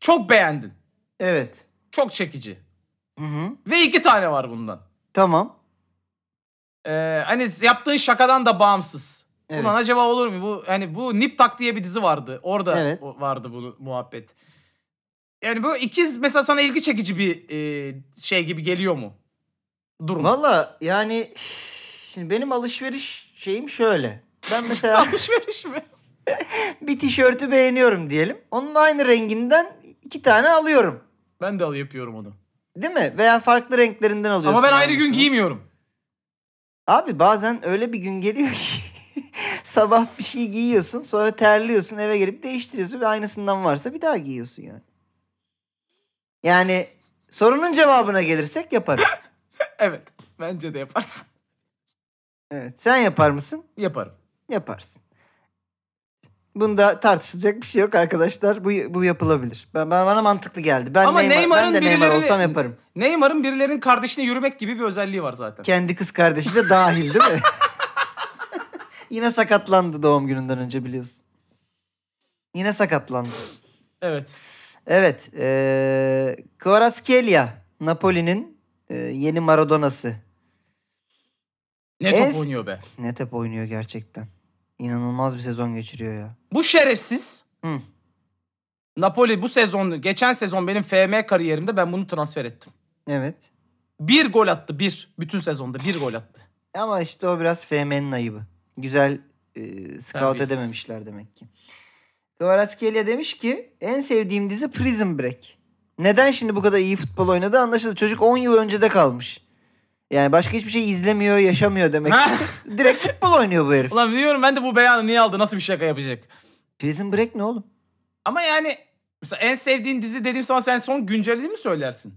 S3: çok beğendin.
S2: Evet.
S3: Çok çekici.
S2: Hı hı.
S3: Ve iki tane var bundan.
S2: Tamam.
S3: E, hani yaptığın şakadan da bağımsız.
S2: Evet.
S3: Ulan acaba olur mu? Bu hani bu Nip Tak diye bir dizi vardı. Orada
S2: Evet.
S3: o- vardı bu muhabbet. Yani bu ikiz mesela sana ilgi çekici bir e, şey gibi geliyor mu? Durum.
S2: Valla yani şimdi benim alışveriş şeyim şöyle. Ben mesela
S3: Alışveriş mi?
S2: bir tişörtü beğeniyorum diyelim. Onun aynı renginden iki tane alıyorum.
S3: Ben de al yapıyorum onu.
S2: Değil mi? Veya farklı renklerinden alıyorsun.
S3: Ama ben aynı
S2: aynısını.
S3: gün giymiyorum.
S2: Abi bazen öyle bir gün geliyor ki sabah bir şey giyiyorsun sonra terliyorsun eve gelip değiştiriyorsun ve aynısından varsa bir daha giyiyorsun yani. Yani sorunun cevabına gelirsek yaparım.
S3: Evet. Bence de yaparsın.
S2: Evet. Sen yapar mısın?
S3: Yaparım.
S2: Yaparsın. Bunda tartışılacak bir şey yok arkadaşlar. Bu bu yapılabilir. Ben, ben bana mantıklı geldi. Ben
S3: Ama
S2: Neymar, ben
S3: Neymar'ın
S2: de Neymar
S3: birileri-
S2: olsam yaparım.
S3: Neymar'ın birilerinin kardeşine yürümek gibi bir özelliği var zaten.
S2: Kendi kız kardeşi de dahil değil mi? Yine sakatlandı doğum gününden önce biliyorsun. Yine sakatlandı.
S3: Evet.
S2: Evet. eee Kvaratskhelia, Napoli'nin eee, yeni Maradona'sı.
S3: Ne
S2: Es-
S3: top oynuyor be.
S2: Ne tep oynuyor gerçekten. İnanılmaz bir sezon geçiriyor ya.
S3: Bu şerefsiz.
S2: Hı.
S3: Napoli bu sezon, geçen sezon benim FM kariyerimde ben bunu transfer ettim.
S2: Evet.
S3: Bir gol attı bir. Bütün sezonda bir gol attı.
S2: Ama işte o biraz FM'nin ayıbı. Güzel eee scout
S3: Terbiyesiz.
S2: edememişler demek ki. Kvaratskhelia demiş ki en sevdiğim dizi Prison Break. Neden şimdi bu kadar iyi futbol oynadı anlaşıldı. Çocuk 10 yıl öncede kalmış. Yani başka hiçbir şey izlemiyor, yaşamıyor demek.
S3: Ha?
S2: Direkt futbol oynuyor bu herif.
S3: Ulan diyorum ben de bu beyanı niye aldı? Nasıl bir şaka yapacak?
S2: Prison Break ne oğlum?
S3: Ama yani mesela en sevdiğin dizi dediğim zaman sen son güncellediğini mi söylersin?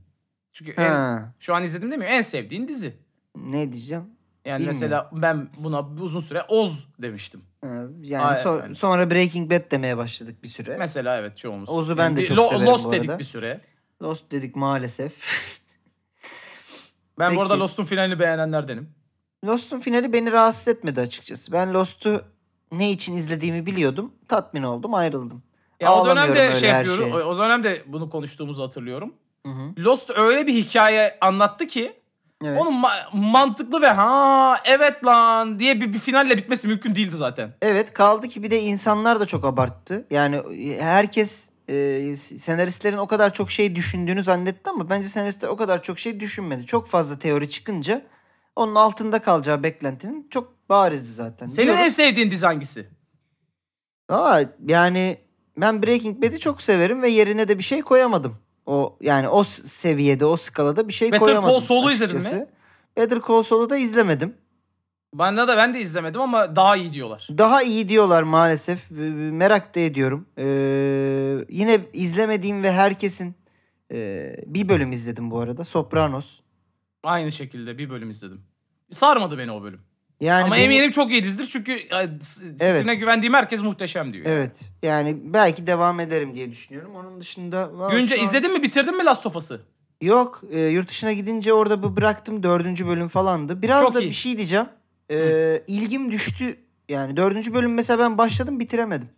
S3: Çünkü en-
S2: Ha,
S3: şu an izledim demiyor. En sevdiğin dizi.
S2: ne diyeceğim?
S3: Yani
S2: Bilmiyorum.
S3: mesela ben buna uzun süre Oz demiştim.
S2: Ha, Yani
S3: Ay-
S2: so-
S3: yani.
S2: sonra Breaking Bad demeye başladık bir süre.
S3: Mesela evet çoğumuz.
S2: Oz'u ben de
S3: bir
S2: çok
S3: Lo-
S2: severim
S3: Lost
S2: bu
S3: dedik
S2: arada.
S3: bir süre.
S2: Lost dedik maalesef.
S3: Ben
S2: Peki.
S3: bu arada Lost'un finalini beğenenlerdenim.
S2: Lost'un finali beni rahatsız etmedi açıkçası. Ben Lost'u ne için izlediğimi biliyordum. Tatmin oldum, ayrıldım.
S3: Ya o
S2: Ağlamıyorum
S3: dönemde
S2: öyle
S3: şey
S2: her
S3: yapıyorum.
S2: şeye.
S3: O o dönemde bunu konuştuğumuzu hatırlıyorum.
S2: Hı hı.
S3: Lost öyle bir hikaye anlattı ki
S2: Evet.
S3: onun ma- mantıklı ve ha evet lan diye bir, bir finalle bitmesi mümkün değildi zaten.
S2: Evet kaldı ki bir de insanlar da çok abarttı. Yani e, herkes e, senaristlerin o kadar çok şey düşündüğünü zannetti ama bence senaristler o kadar çok şey düşünmedi. Çok fazla teori çıkınca onun altında kalacağı beklentinin çok barizdi zaten.
S3: Senin
S2: Diyorum-
S3: en sevdiğin dizi hangisi?
S2: Aa, yani ben Breaking Bad'i çok severim ve yerine de bir şey koyamadım. O yani o s- seviyede, o skalada bir şey
S3: Better Call
S2: koyamadım.
S3: Saul'u izledin mi?
S2: açıkçası. Better Call Saul'u da izlemedim.
S3: Bana da ben de izlemedim ama daha iyi diyorlar.
S2: Daha iyi diyorlar maalesef. E, e, Merak da ediyorum. E, yine izlemediğim ve herkesin e, bir bölüm izledim bu arada. Sopranos.
S3: Aynı şekilde bir bölüm izledim. Sarmadı beni o bölüm.
S2: Yani
S3: ama
S2: beni-
S3: eminim çok iyi dizidir çünkü e, s-
S2: Evet.
S3: fikrine güvendiğim herkes muhteşem diyor.
S2: Evet. Yani belki devam ederim diye düşünüyorum. Onun dışında... Valla
S3: Günce
S2: şu an-
S3: izledin mi bitirdin mi Last of Us'ı?
S2: Yok. E, yurt dışına gidince orada bu bıraktım. Dördüncü bölüm falandı. Biraz
S3: Çok
S2: da
S3: iyi.
S2: bir şey diyeceğim. E, ilgim düştü. Yani dördüncü bölüm mesela ben başladım bitiremedim.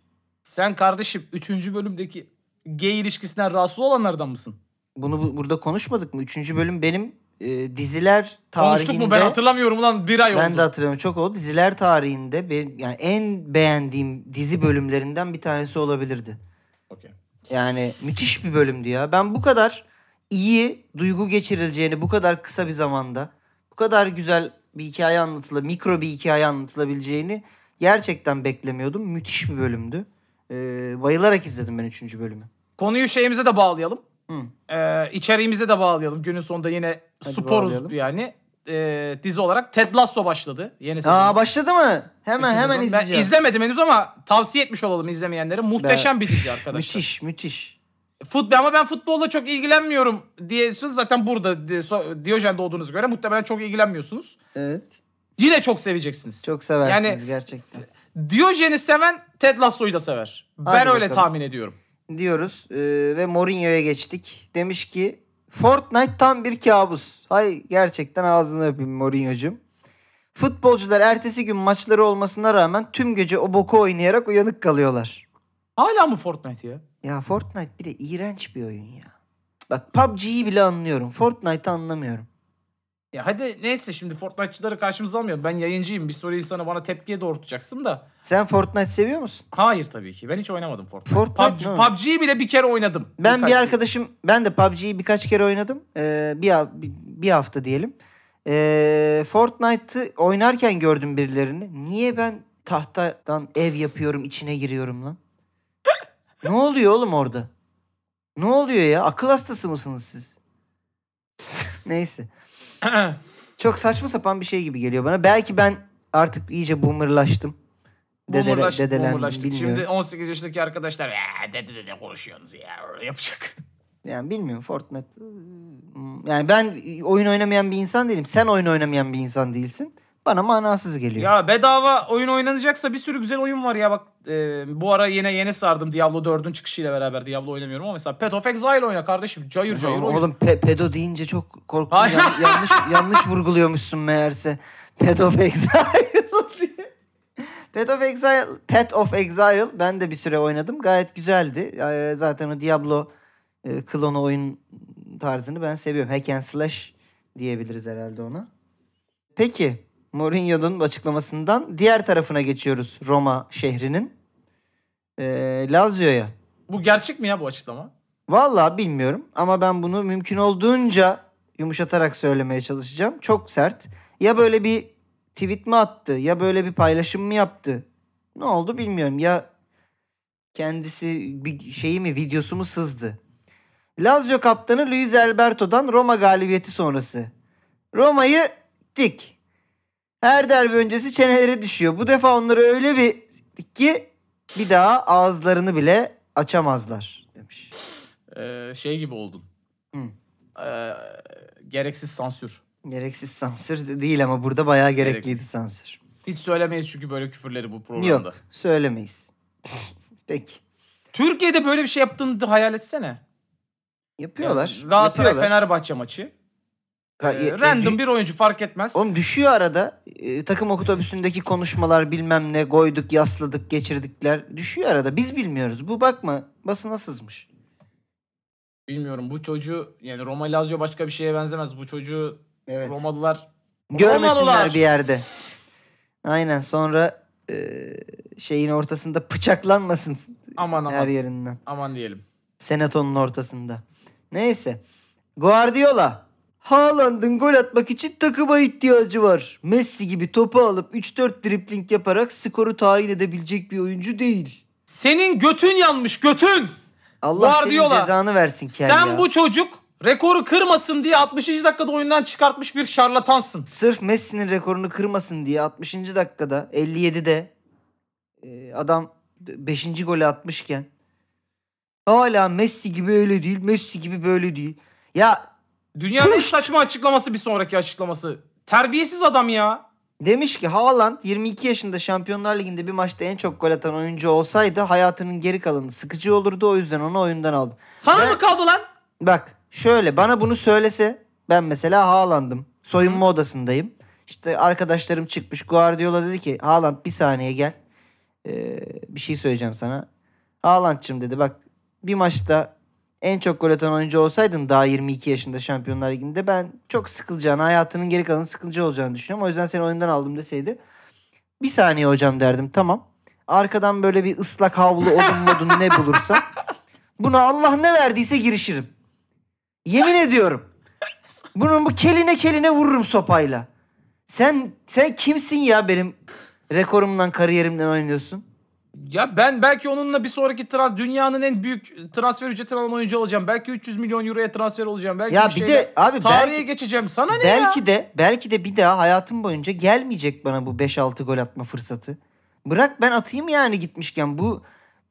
S3: Sen kardeşim 3. bölümdeki gay ilişkisinden rahatsız olanlardan mısın?
S2: Bunu bu- burada konuşmadık mı? Üçüncü bölüm benim e, diziler tarihinde...
S3: Konuştuk mu ben hatırlamıyorum ulan bir ay
S2: Ben
S3: oldu.
S2: de hatırlamıyorum. Çok oldu. Diziler tarihinde benim, yani en beğendiğim dizi bölümlerinden bir tanesi olabilirdi.
S3: Okey.
S2: Yani müthiş bir bölümdü ya. Ben bu kadar iyi duygu geçirileceğini bu kadar kısa bir zamanda bu kadar güzel bir hikaye anlatıla, mikro bir hikaye anlatılabileceğini gerçekten beklemiyordum. Müthiş bir bölümdü. Ee, bayılarak izledim ben 3. bölümü.
S3: Konuyu şeyimize de bağlayalım.
S2: Hı.
S3: Ee, içeriğimize de bağlayalım. Günün sonunda yine
S2: Hadi
S3: sporuz
S2: bağlayalım.
S3: yani. Ee, dizi olarak Ted Lasso başladı. Yeni sezon.
S2: Aa başladı mı? Hemen
S3: İki
S2: hemen
S3: sezon. Ben
S2: izleyeceğim.
S3: izlemedim henüz ama tavsiye etmiş olalım izlemeyenlere. Muhteşem bir dizi arkadaşlar.
S2: müthiş, müthiş.
S3: Futbol ama ben futbolla çok ilgilenmiyorum diyorsunuz. Zaten burada di- so- Diyojen'de olduğunuzu göre muhtemelen çok ilgilenmiyorsunuz.
S2: Evet.
S3: Yine çok seveceksiniz.
S2: Çok seversiniz
S3: Yani-
S2: gerçekten.
S3: Diyojen'i seven Ted Lasso'yu da sever. Ben
S2: Hadi
S3: öyle
S2: bakalım.
S3: tahmin ediyorum.
S2: diyoruz Ee, ve Mourinho'ya geçtik. Demiş ki Fortnite tam bir kabus. Hay gerçekten ağzını öpeyim Mourinho'cum. Futbolcular ertesi gün maçları olmasına rağmen tüm gece o boku oynayarak uyanık kalıyorlar.
S3: Hala mı Fortnite ya?
S2: Ya Fortnite bir de iğrenç bir oyun ya. Bak PUBG'yi bile anlıyorum. Fortnite'ı anlamıyorum.
S3: Ya hadi neyse şimdi Fortnite'çıları karşımıza almayalım. Ben yayıncıyım. Bir soru insanı bana tepkiye doğrultacaksın da.
S2: Sen Fortnite seviyor musun?
S3: Hayır tabii ki. Ben hiç oynamadım Fortnite.
S2: Fortnite
S3: PUBG,
S2: ne oğlum?
S3: PUBG'yi bile bir kere oynadım.
S2: Ben
S3: Birkaç
S2: bir
S3: kere.
S2: arkadaşım ben de PUBG'yi birkaç kere oynadım. Ee, bir, ha- bir bir hafta diyelim. Ee, Fortnite'ı oynarken gördüm birilerini. Niye ben tahtadan ev yapıyorum, içine giriyorum lan? ne oluyor oğlum orada? Ne oluyor ya? Akıl hastası mısınız siz? Neyse. Çok saçma sapan bir şey gibi geliyor bana. Belki ben artık iyice boomerlaştım. Dedele-
S3: Boomerlaştık,
S2: dedelendim,
S3: boomerlaştık.
S2: bilmiyorum.
S3: Şimdi 18 yaşındaki arkadaşlar ya dede dede konuşuyorsunuz ya öyle yapacak.
S2: Yani bilmiyorum Fortnite. ıı, Yani ben oyun oynamayan bir insan değilim. Sen oyun oynamayan bir insan değilsin. Bana manasız geliyor.
S3: Ya bedava oyun oynanacaksa bir sürü güzel oyun var ya bak e, bu ara yine yeni sardım Diablo 4'ün çıkışıyla beraber Diablo oynamıyorum ama mesela Path of Exile oyna kardeşim cayır cayır
S2: Oğlum,
S3: oyun.
S2: oğlum pe- pedo deyince çok korktum.
S3: Hayır.
S2: Yan- yanlış yanlış vurguluyormuşsun meğerse. Pet of Exile diye. Pet of Exile, Pet of Exile ben de bir süre oynadım. Gayet güzeldi. Ee, Zaten o Diablo e, klonu oyun tarzını ben seviyorum. Hack and slash diyebiliriz herhalde ona. Peki Mourinho'nun açıklamasından diğer tarafına geçiyoruz Roma şehrinin. Ee, Lazio'ya.
S3: Bu gerçek mi ya bu açıklama?
S2: Vallahi bilmiyorum ama ben bunu mümkün olduğunca yumuşatarak söylemeye çalışacağım. Çok sert. Ya böyle bir tweet mi attı ya böyle bir paylaşım mı yaptı? Ne oldu bilmiyorum. Ya kendisi bir şeyi mi videosu mu sızdı? Lazio kaptanı Luis Alberto'dan Roma galibiyeti sonrası. Roma'yı dik. Her derbi öncesi çeneleri düşüyor. Bu defa onları öyle bir siktik ki bir daha ağızlarını bile açamazlar demiş.
S3: Ee, şey gibi oldun.
S2: Hı.
S3: Ee, gereksiz sansür.
S2: Gereksiz sansür de- değil ama burada bayağı gerekliydi sansür.
S3: Hiç söylemeyiz çünkü böyle küfürleri bu programda.
S2: Yok söylemeyiz. Peki.
S3: Türkiye'de böyle bir şey yaptığını da hayal etsene.
S2: Yapıyorlar.
S3: Yani Galatasaray
S2: yapıyorlar.
S3: Fenerbahçe maçı.
S2: Ka-
S3: Ee,
S2: ya-
S3: random
S2: dü-
S3: bir oyuncu fark etmez.
S2: Oğlum düşüyor arada. Ee, takım otobüsündeki konuşmalar bilmem ne koyduk, yasladık, geçirdikler. Düşüyor arada. Biz bilmiyoruz. Bu bakma basına sızmış.
S3: Bilmiyorum bu çocuğu yani Roma Lazio başka bir şeye benzemez. Bu çocuğu
S2: Evet.
S3: Romalılar
S2: Görmesinler
S3: Romalılar.
S2: bir yerde. Aynen sonra e, şeyin ortasında bıçaklanmasın
S3: aman
S2: her
S3: aman
S2: yerinden.
S3: aman diyelim.
S2: Senatonun ortasında. Neyse. Guardiola. Haaland'ın gol atmak için takıma ihtiyacı var. Messi gibi topu alıp 3-4 dribling yaparak skoru tayin edebilecek bir oyuncu değil.
S3: Senin götün yanmış götün.
S2: Allah senin
S3: Guardiola,
S2: cezanı versin kel
S3: Sen
S2: ya.
S3: bu çocuk Rekoru kırmasın diye 60. dakikada oyundan çıkartmış bir şarlatansın.
S2: Sırf Messi'nin rekorunu kırmasın diye 60. dakikada 57'de e, adam 5. golü atmışken hala Messi gibi öyle değil, Messi gibi böyle değil. Ya
S3: Dünyanın en saçma açıklaması bir sonraki açıklaması. Terbiyesiz adam ya.
S2: Demiş ki Haaland 22 yaşında Şampiyonlar Ligi'nde bir maçta en çok gol atan oyuncu olsaydı hayatının geri kalanı sıkıcı olurdu o yüzden onu oyundan aldım.
S3: Sana
S2: Ben-
S3: mı kaldı lan?
S2: Bak şöyle bana bunu söylese ben mesela Haaland'ım. Soyunma odasındayım. İşte arkadaşlarım çıkmış Guardiola dedi ki Haaland bir saniye gel. Ee, bir şey söyleyeceğim sana. Haaland'cığım dedi bak bir maçta en çok gol atan oyuncu olsaydın daha 22 yaşında Şampiyonlar Ligi'nde ben çok sıkılacağını hayatının geri kalanı sıkıcı olacağını düşünüyorum. O yüzden seni oyundan aldım deseydi bir saniye hocam derdim tamam. Arkadan böyle bir ıslak havlu odun modun ne bulursam buna Allah ne verdiyse girişirim. Yemin ediyorum. Bunun bu keline keline vururum sopayla. Sen sen kimsin ya benim rekorumdan kariyerimden oynuyorsun?
S3: Ya ben belki onunla bir sonraki tran dünyanın en büyük transfer ücreti alan oyuncu olacağım. Belki 300 milyon euroya transfer olacağım. Belki
S2: ya bir
S3: şeyle-
S2: de abi
S3: şey tarihe
S2: belki
S3: geçeceğim. Sana ne Hani ya?
S2: belki de belki de bir daha hayatım boyunca gelmeyecek bana bu 5-6 gol atma fırsatı. Bırak ben atayım yani gitmişken bu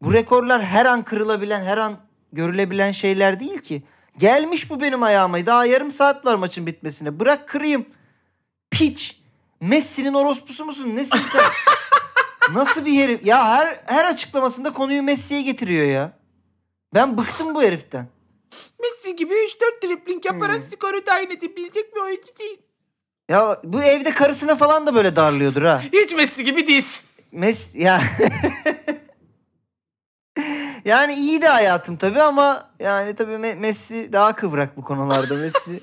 S2: bu rekorlar her an kırılabilen, her an görülebilen şeyler değil ki. Gelmiş bu benim ayağıma. Daha yarım saat var maçın bitmesine. Bırak kırayım. Piç. Messi'nin orospusu musun? Nesin sen? Nasıl bir herif? Ya her her açıklamasında konuyu Messi'ye getiriyor ya. Ben bıktım bu heriften.
S3: Messi gibi 3-4 dribling
S2: yaparak Hmm.
S3: skoru tayin edebilecek bir oyuncu değil.
S2: Ya bu evde karısına falan da böyle darlıyordur ha.
S3: Hiç Messi gibi değilsin.
S2: Mes ya. yani iyi de hayatım tabii ama yani tabii Me- Messi daha kıvrak bu konularda. Messi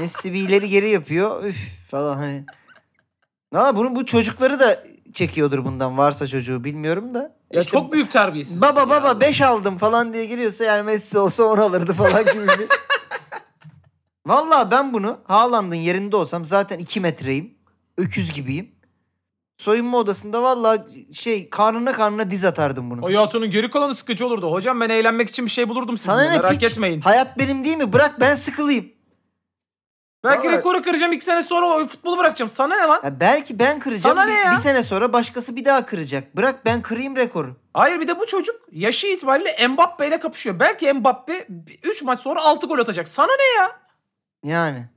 S2: Messi bir ileri geri yapıyor. Üf falan hani. Ama bunu bu çocukları da çekiyordur bundan varsa çocuğu bilmiyorum da.
S3: Ya
S2: İşte
S3: çok büyük terbiyesiz.
S2: Baba baba 5 aldım falan diye giriyorsa yani Messi olsa 10 alırdı falan gibi bir. Valla ben bunu Haaland'ın yerinde olsam zaten 2 metreyim. Öküz gibiyim. Soyunma odasında valla şey karnına karnına diz atardım bunu.
S3: Hayatının geri kalanı sıkıcı olurdu. Hocam ben eğlenmek için bir şey bulurdum sizinle.
S2: Sana ne
S3: merak
S2: piç?
S3: etmeyin.
S2: Hayat benim değil mi? Bırak ben sıkılayım.
S3: Belki
S2: Vallahi-
S3: rekoru kıracağım iki sene sonra o futbolu bırakacağım. Sana ne lan?
S2: Ya belki ben kıracağım.
S3: Sana ne
S2: bir-
S3: ya?
S2: Bir sene sonra başkası bir daha kıracak. Bırak ben kırayım rekoru.
S3: Hayır bir de bu çocuk yaşı itibariyle Mbappe ile kapışıyor. Belki Mbappe 3 maç sonra 6 gol atacak. Sana ne?
S2: Yani.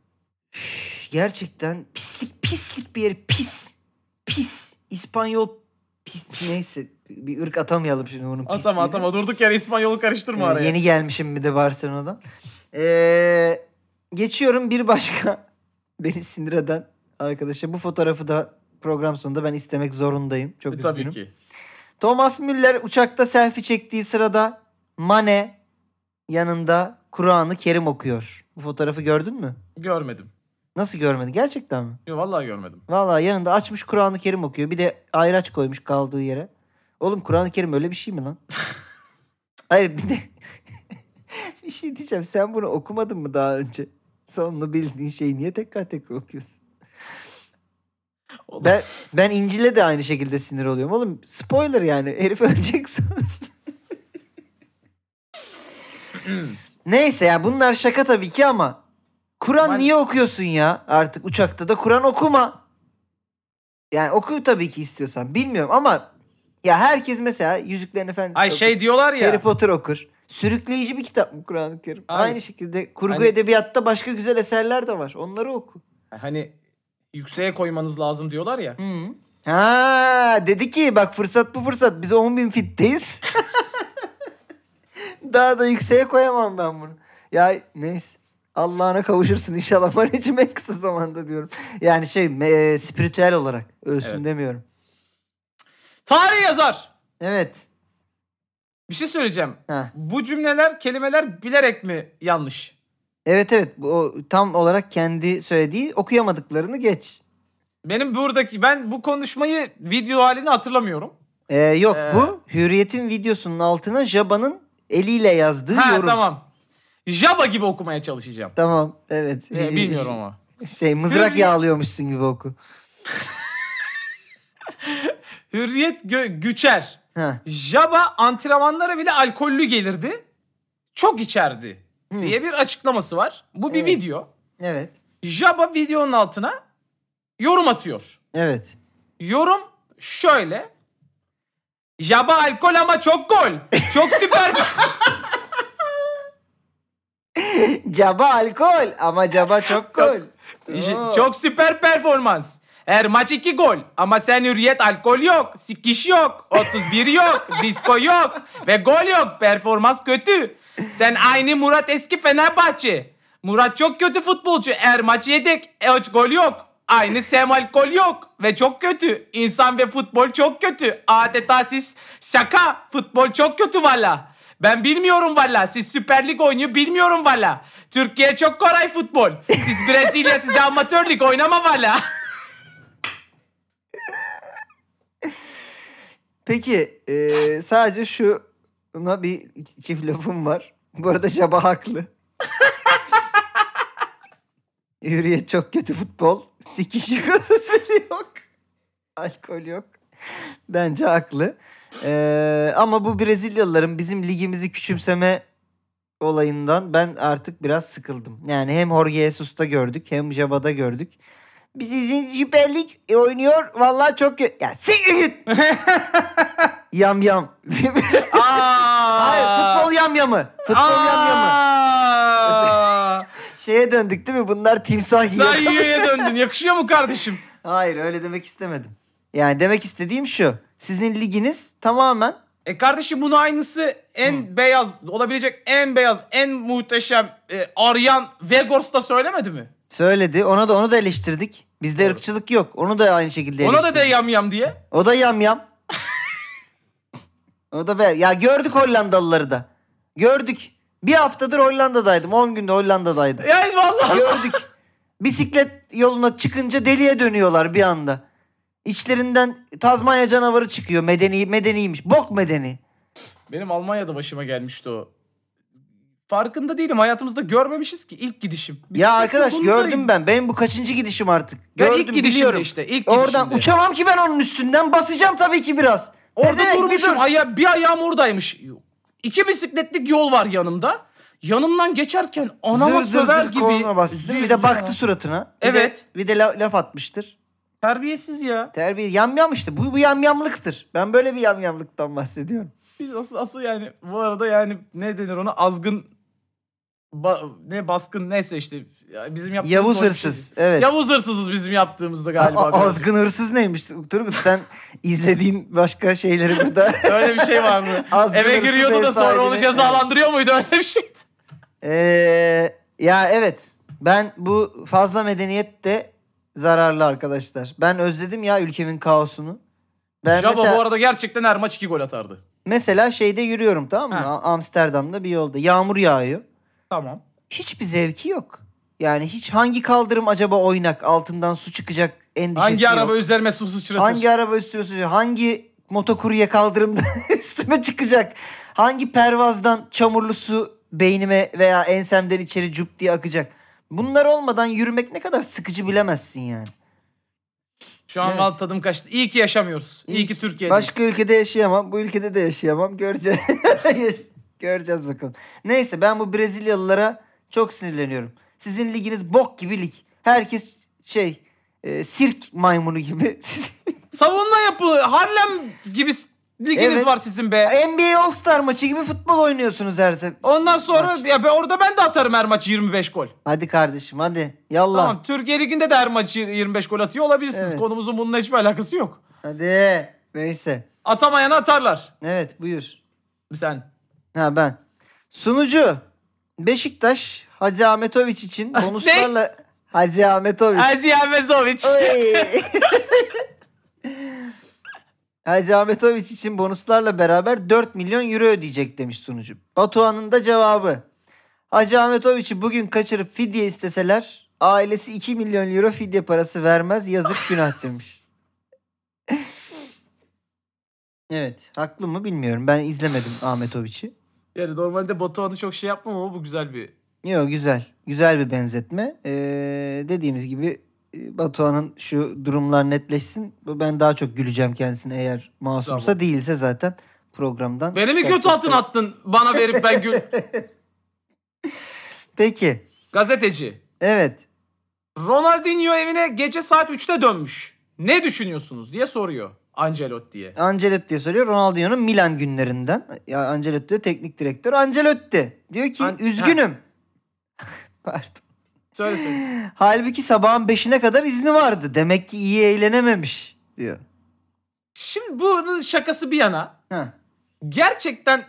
S2: Üf, Gerçekten pislik pislik bir yeri pis. Pis. İspanyol pis neyse bir ırk atamayalım şimdi onun pisliğini.
S3: Atama atama durduk yere İspanyol'u
S2: Ee,
S3: karıştırma araya.
S2: yeni gelmişim bir de Barcelona'dan. Ee, geçiyorum bir başka beni sinir eden arkadaşa. Bu fotoğrafı da program sonunda ben istemek zorundayım. Çok
S3: E,
S2: üzgünüm.
S3: tabii ki.
S2: Thomas Müller uçakta selfie çektiği sırada Mane yanında Kur'an-ı Kerim okuyor. Bu fotoğrafı gördün mü?
S3: Görmedim.
S2: Nasıl görmedi? Gerçekten mi?
S3: Yo vallahi görmedim.
S2: Vallahi yanında açmış Kur'an-ı Kerim okuyor. Bir de ayraç koymuş kaldığı yere. Oğlum Kur'an-ı Kerim öyle bir şey mi lan? Hayır bir de bir şey diyeceğim. Sen bunu okumadın mı daha önce? Sonunu bildiğin şeyi niye tekrar tekrar okuyorsun?
S3: Oğlum,
S2: Ben ben İncil'e de aynı şekilde sinir oluyorum. Oğlum spoiler yani. Herif ölecek sonra. Neyse ya bunlar şaka tabii ki ama Kur'an
S3: Aman-
S2: niye okuyorsun ya? Artık uçakta da Kur'an okuma. Yani oku tabii ki istiyorsan. Bilmiyorum ama ya herkes mesela Yüzüklerin Efendisi
S3: Ay
S2: okur,
S3: şey diyorlar ya.
S2: Harry Potter okur. Sürükleyici bir kitap mı Kur'an-ı Kerim?
S3: Ay.
S2: Aynı şekilde kurgu
S3: Hani-
S2: edebiyatta başka güzel eserler de var. Onları oku.
S3: Hani yükseğe koymanız lazım diyorlar ya.
S2: Hı. Ha dedi ki bak fırsat bu fırsat biz 10 bin fitteyiz. Daha da yükseğe koyamam ben bunu. Ya neyse. Allah'ına kavuşursun inşallah. Maneciğim en kısa zamanda diyorum. Yani şey e, spiritüel olarak ölsün
S3: Evet.
S2: demiyorum.
S3: Tarih yazar.
S2: Evet.
S3: Bir şey söyleyeceğim.
S2: Ha.
S3: Bu cümleler, kelimeler bilerek mi yanlış?
S2: Evet evet bu o, tam olarak kendi söylediği okuyamadıklarını geç.
S3: Benim buradaki ben bu konuşmayı video halini hatırlamıyorum.
S2: Ee, yok
S3: Ee.
S2: bu Hürriyet'in videosunun altına Jaba'nın eliyle yazdığı
S3: Ha
S2: yorum.
S3: tamam. Jaba gibi okumaya çalışacağım.
S2: Tamam evet.
S3: Ee, bilmiyorum ama.
S2: Şey mızrak
S3: Hürriyet-
S2: yağlıyormuşsun gibi oku.
S3: Hürriyet gö- güçer.
S2: Ha.
S3: Jaba antrenmanlara bile alkollü gelirdi. Çok içerdi.
S2: Hı.
S3: diye bir açıklaması var. Bu bir
S2: Evet.
S3: video.
S2: Evet.
S3: Jaba videonun altına yorum atıyor.
S2: Evet.
S3: Yorum şöyle. Jaba alkol ama çok gol. Çok süper.
S2: Caba alkol ama caba çok gol.
S3: J-
S2: Oo.
S3: şey. çok süper performans. Her maç iki gol. Ama sen hürriyet alkol yok. Sikiş yok. 31 yok. disco yok. Ve gol yok. Performans kötü. Sen aynı Murat eski Fenerbahçe. Murat çok kötü futbolcu. Her maç yedek. E, hiç gol yok. Aynı Sem alkol yok. Ve çok kötü. İnsan ve futbol çok kötü. Adeta siz şaka. Futbol çok kötü valla. Ben bilmiyorum valla. Siz Süper Lig oynuyor bilmiyorum valla. Türkiye çok kolay futbol. Siz Brezilya size amatör lig oynama valla.
S2: Peki e, sadece şuna bir çift lafım var. Bu arada Şaba haklı. Hürriyet çok kötü futbol. Sikiş yıkasızı yok. Alkol yok. Bence haklı. E, ama bu Brezilyalıların bizim ligimizi küçümseme olayından ben artık biraz sıkıldım. Yani hem Jorge Jesus'ta gördük hem Jaba'da gördük. Biz izin Süper Lig oynuyor. Vallahi çok kötü. Ya siktir git. Yam yam. Değil mi?
S3: Aa.
S2: Hayır futbol yam yamı. Futbol yam yamı.
S3: Aa!
S2: Şeye döndük değil mi? Bunlar timsah
S3: Sen
S2: yiyor.
S3: yiyoya döndün. Yakışıyor mu kardeşim?
S2: Hayır öyle demek istemedim. Yani demek istediğim şu. Sizin liginiz tamamen
S3: E kardeşim bunun aynısı en beyaz olabilecek en beyaz en muhteşem e, arayan Vegors'ta söylemedi mi?
S2: söyledi. Ona da onu da eleştirdik. Bizde
S3: Doğru.
S2: ırkçılık yok. Onu da aynı şekilde
S3: Ona da de
S2: eleştirdik.
S3: yam yam diye.
S2: O da yam yam. o da be. Ya gördük Hollandalıları da. Gördük. Bir haftadır Hollanda'daydım. 10 günde Hollanda'daydım.
S3: Yani vallahi
S2: gördük. Bisiklet yoluna çıkınca deliye dönüyorlar bir anda. İçlerinden Tazmanya canavarı çıkıyor. Medeni medeniymiş. Bok medeni.
S3: Benim Almanya'da başıma gelmişti o. Farkında değilim. Hayatımızda görmemişiz ki ilk gidişim.
S2: ya
S3: Bisiklet
S2: arkadaş
S3: yolundayım.
S2: gördüm ben. Benim bu kaçıncı gidişim artık.
S3: Ben
S2: Gördüm
S3: ilk gidişimde
S2: biliyorum.
S3: işte. ilk
S2: Oradan
S3: gidişimde.
S2: uçamam ki ben onun üstünden. Basacağım tabii ki biraz.
S3: Orada
S2: Pezevenk, bir
S3: durmuşum.
S2: dur.
S3: Aya, bir ayağım oradaymış. İki bisikletlik yol var yanımda. Yanımdan geçerken anama
S2: Zır zır
S3: söver
S2: zır koluna
S3: gibi.
S2: bastı.
S3: zır
S2: bir de
S3: zır-
S2: baktı suratına. Bir de-
S3: Evet.
S2: bir de la- laf atmıştır.
S3: Terbiyesiz ya.
S2: Terbiye yamyam işte. Bu, bu yamyamlıktır. Ben böyle bir yamyamlıktan bahsediyorum.
S3: Biz asıl asıl yani bu arada yani ne denir ona azgın ba- ne baskın neyse işte ya bizim yaptığımız
S2: Yavuz
S3: hoş bir şey
S2: hırsız.
S3: değil.
S2: Evet.
S3: Yavuz hırsızız bizim yaptığımızda galiba.
S2: A-
S3: birazcık.
S2: azgın hırsız neymiş Turgut sen izlediğin başka şeyleri burada.
S3: Öyle bir şey var mı?
S2: Azgın
S3: Eve
S2: hırsız
S3: giriyordu
S2: ev
S3: da sonra onu
S2: sahibini-
S3: cezalandırıyor muydu? Öyle bir şeydi.
S2: Ee, ya evet ben bu fazla medeniyet de zararlı arkadaşlar. Ben özledim ya ülkemin kaosunu. Ben
S3: Jabo
S2: mesela,
S3: bu arada gerçekten her maç iki gol atardı.
S2: mesela şeyde yürüyorum tamam mı?
S3: Ha.
S2: A- Amsterdam'da bir yolda yağmur yağıyor.
S3: Tamam.
S2: Hiçbir zevki yok. Yani hiç hangi kaldırım acaba oynak altından su çıkacak endişesi
S3: Hangi
S2: yok.
S3: araba üzerime su sıçratır?
S2: şey Hangi araba üstüme sıçrayacak? Hangi motokurye kaldırımda üstüme çıkacak? Hangi pervazdan çamurlu su beynime veya ensemden içeri cup diye akacak? Bunlar olmadan yürümek ne kadar sıkıcı bilemezsin yani.
S3: Şu an
S2: Evet.
S3: mal tadım kaçtı. İyi ki yaşamıyoruz. İyi,
S2: İyi
S3: ki
S2: ki-
S3: Türkiye'deyiz.
S2: Başka ülkede yaşayamam. Bu ülkede de yaşayamam. Göreceğiz. Göreceğiz bakalım. Neyse ben bu Brezilyalılara çok sinirleniyorum. Sizin liginiz bok gibi lig. Herkes şey e, sirk maymunu gibi.
S3: Savunma yapı. Harlem gibi s- liginiz
S2: Evet.
S3: var sizin be.
S2: NBA All Star maçı gibi futbol oynuyorsunuz her sefer.
S3: Ondan sonra
S2: Maç.
S3: ya ben, orada ben de atarım her maç 25 gol.
S2: Hadi kardeşim hadi. Yallah.
S3: Tamam. Türkiye liginde de her maç 25 gol atıyor olabilirsiniz.
S2: Evet.
S3: Konumuzun bununla hiçbir alakası yok.
S2: Hadi. Neyse.
S3: Atamayana atarlar.
S2: Evet buyur.
S3: Sen.
S2: Ha ben. Sunucu. Beşiktaş Hacı Ahmetoviç için bonuslarla... Hacı Ahmetoviç.
S3: Aziz Ahmezovic.
S2: Oy. Hacı Ahmetoviç için bonuslarla beraber 4 milyon euro ödeyecek demiş sunucu. Batuhan'ın da cevabı. Hacı Ahmetoviç'i bugün kaçırıp fidye isteseler ailesi 2 milyon euro fidye parası vermez yazık günah demiş. evet haklı mı bilmiyorum ben izlemedim Ahmetoviç'i.
S3: Yani normalde Batuhan'ı çok şey yapmam ama bu güzel bir
S2: Yok güzel. Güzel bir benzetme. Ee, dediğimiz gibi e, Batuhan'ın şu durumlar netleşsin. Bu- Ben daha çok güleceğim kendisine eğer masumsa
S3: Bravo.
S2: değilse zaten programdan.
S3: Beni mi kötü
S2: çıkartacak.
S3: altın attın bana verip ben gül...
S2: Peki.
S3: Gazeteci.
S2: Evet.
S3: Ronaldinho evine gece saat 3'te dönmüş. Ne düşünüyorsunuz diye soruyor Ancelotti'ye.
S2: Ancelotti soruyor. Ronaldinho'nun Milan günlerinden. Ya Ancelotti de teknik direktör. Ancelotti diyor ki
S3: An-
S2: üzgünüm. Pardon.
S3: Söyle söyle.
S2: Halbuki sabahın 5'ine kadar izni vardı. Demek ki iyi eğlenememiş diyor.
S3: Şimdi bunun şakası bir yana.
S2: Ha.
S3: Gerçekten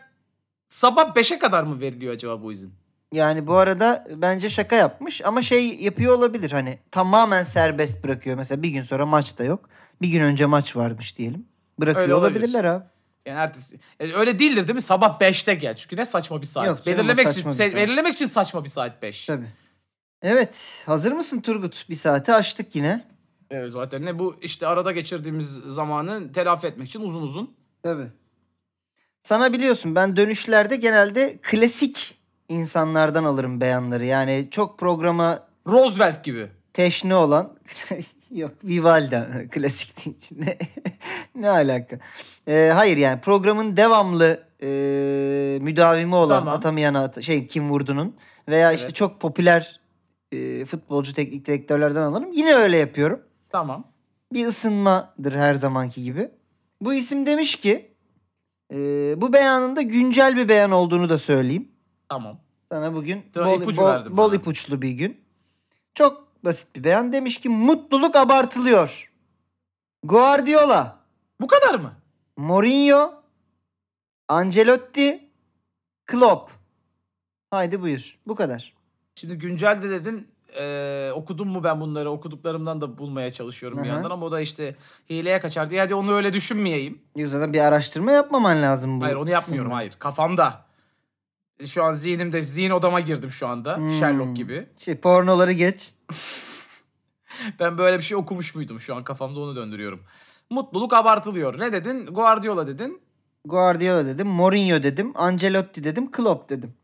S3: sabah 5'e kadar mı veriliyor acaba bu izin?
S2: Yani bu arada bence şaka yapmış ama şey yapıyor olabilir hani tamamen serbest bırakıyor. Mesela bir gün sonra maç da yok. Bir gün önce maç varmış diyelim. Bırakıyor
S3: Öyle olabilir.
S2: olabilirler abi.
S3: Yani ertesi e, öyle değildir değil mi? Sabah 5'te gel. Çünkü ne saçma bir saat.
S2: Yok canım, o
S3: belirlemek için
S2: saçma bir
S3: se-
S2: saat.
S3: belirlemek için saçma bir saat 5.
S2: Tabii. Evet. Hazır mısın Turgut? Bir saati açtık yine.
S3: Evet zaten ne bu işte arada geçirdiğimiz zamanı telafi etmek için uzun uzun.
S2: Tabii. Sana biliyorsun ben dönüşlerde genelde klasik insanlardan alırım beyanları. Yani çok programa
S3: Roosevelt gibi.
S2: teşne olan yok Vivaldi klasik deyince ne, ne alaka? Ee, hayır yani programın devamlı e, müdavimi olan
S3: Tamam.
S2: atamayan at- şey Kim Vurdu'nun veya işte
S3: Evet.
S2: çok popüler e, futbolcu teknik direktörlerden alırım. Yine öyle yapıyorum.
S3: Tamam.
S2: bir ısınmadır her zamanki gibi. Bu isim demiş ki e, bu beyanında güncel bir beyan olduğunu da söyleyeyim.
S3: Tamam.
S2: Sana bugün
S3: Tamam,
S2: bol,
S3: ipucu
S2: bol-
S3: verdim
S2: bol
S3: bana.
S2: ipuçlu bir gün. Çok basit bir beyan. Demiş ki mutluluk abartılıyor. Guardiola,
S3: Bu kadar mı?
S2: Mourinho, Ancelotti, Klopp. Haydi buyur. Bu kadar.
S3: Şimdi güncel de dedin. Ee, okudum mu ben bunları? Okuduklarımdan da bulmaya çalışıyorum bir
S2: Aha.
S3: yandan ama o da işte hileye kaçar diye. Hadi onu öyle düşünmeyeyim.
S2: Yok zaten bir araştırma yapmaman lazım. Bu
S3: Hayır onu yapmıyorum.
S2: kısımda.
S3: Hayır. Kafamda. Şu an zihnimde. Zihin odama girdim şu anda.
S2: Hmm.
S3: Sherlock gibi.
S2: Şey, pornoları geç.
S3: Ben böyle bir şey okumuş muydum? Şu an kafamda onu döndürüyorum. Mutluluk abartılıyor. Ne dedin? Guardiola dedin.
S2: Guardiola dedim, Mourinho dedim, Ancelotti dedim, Klopp dedim.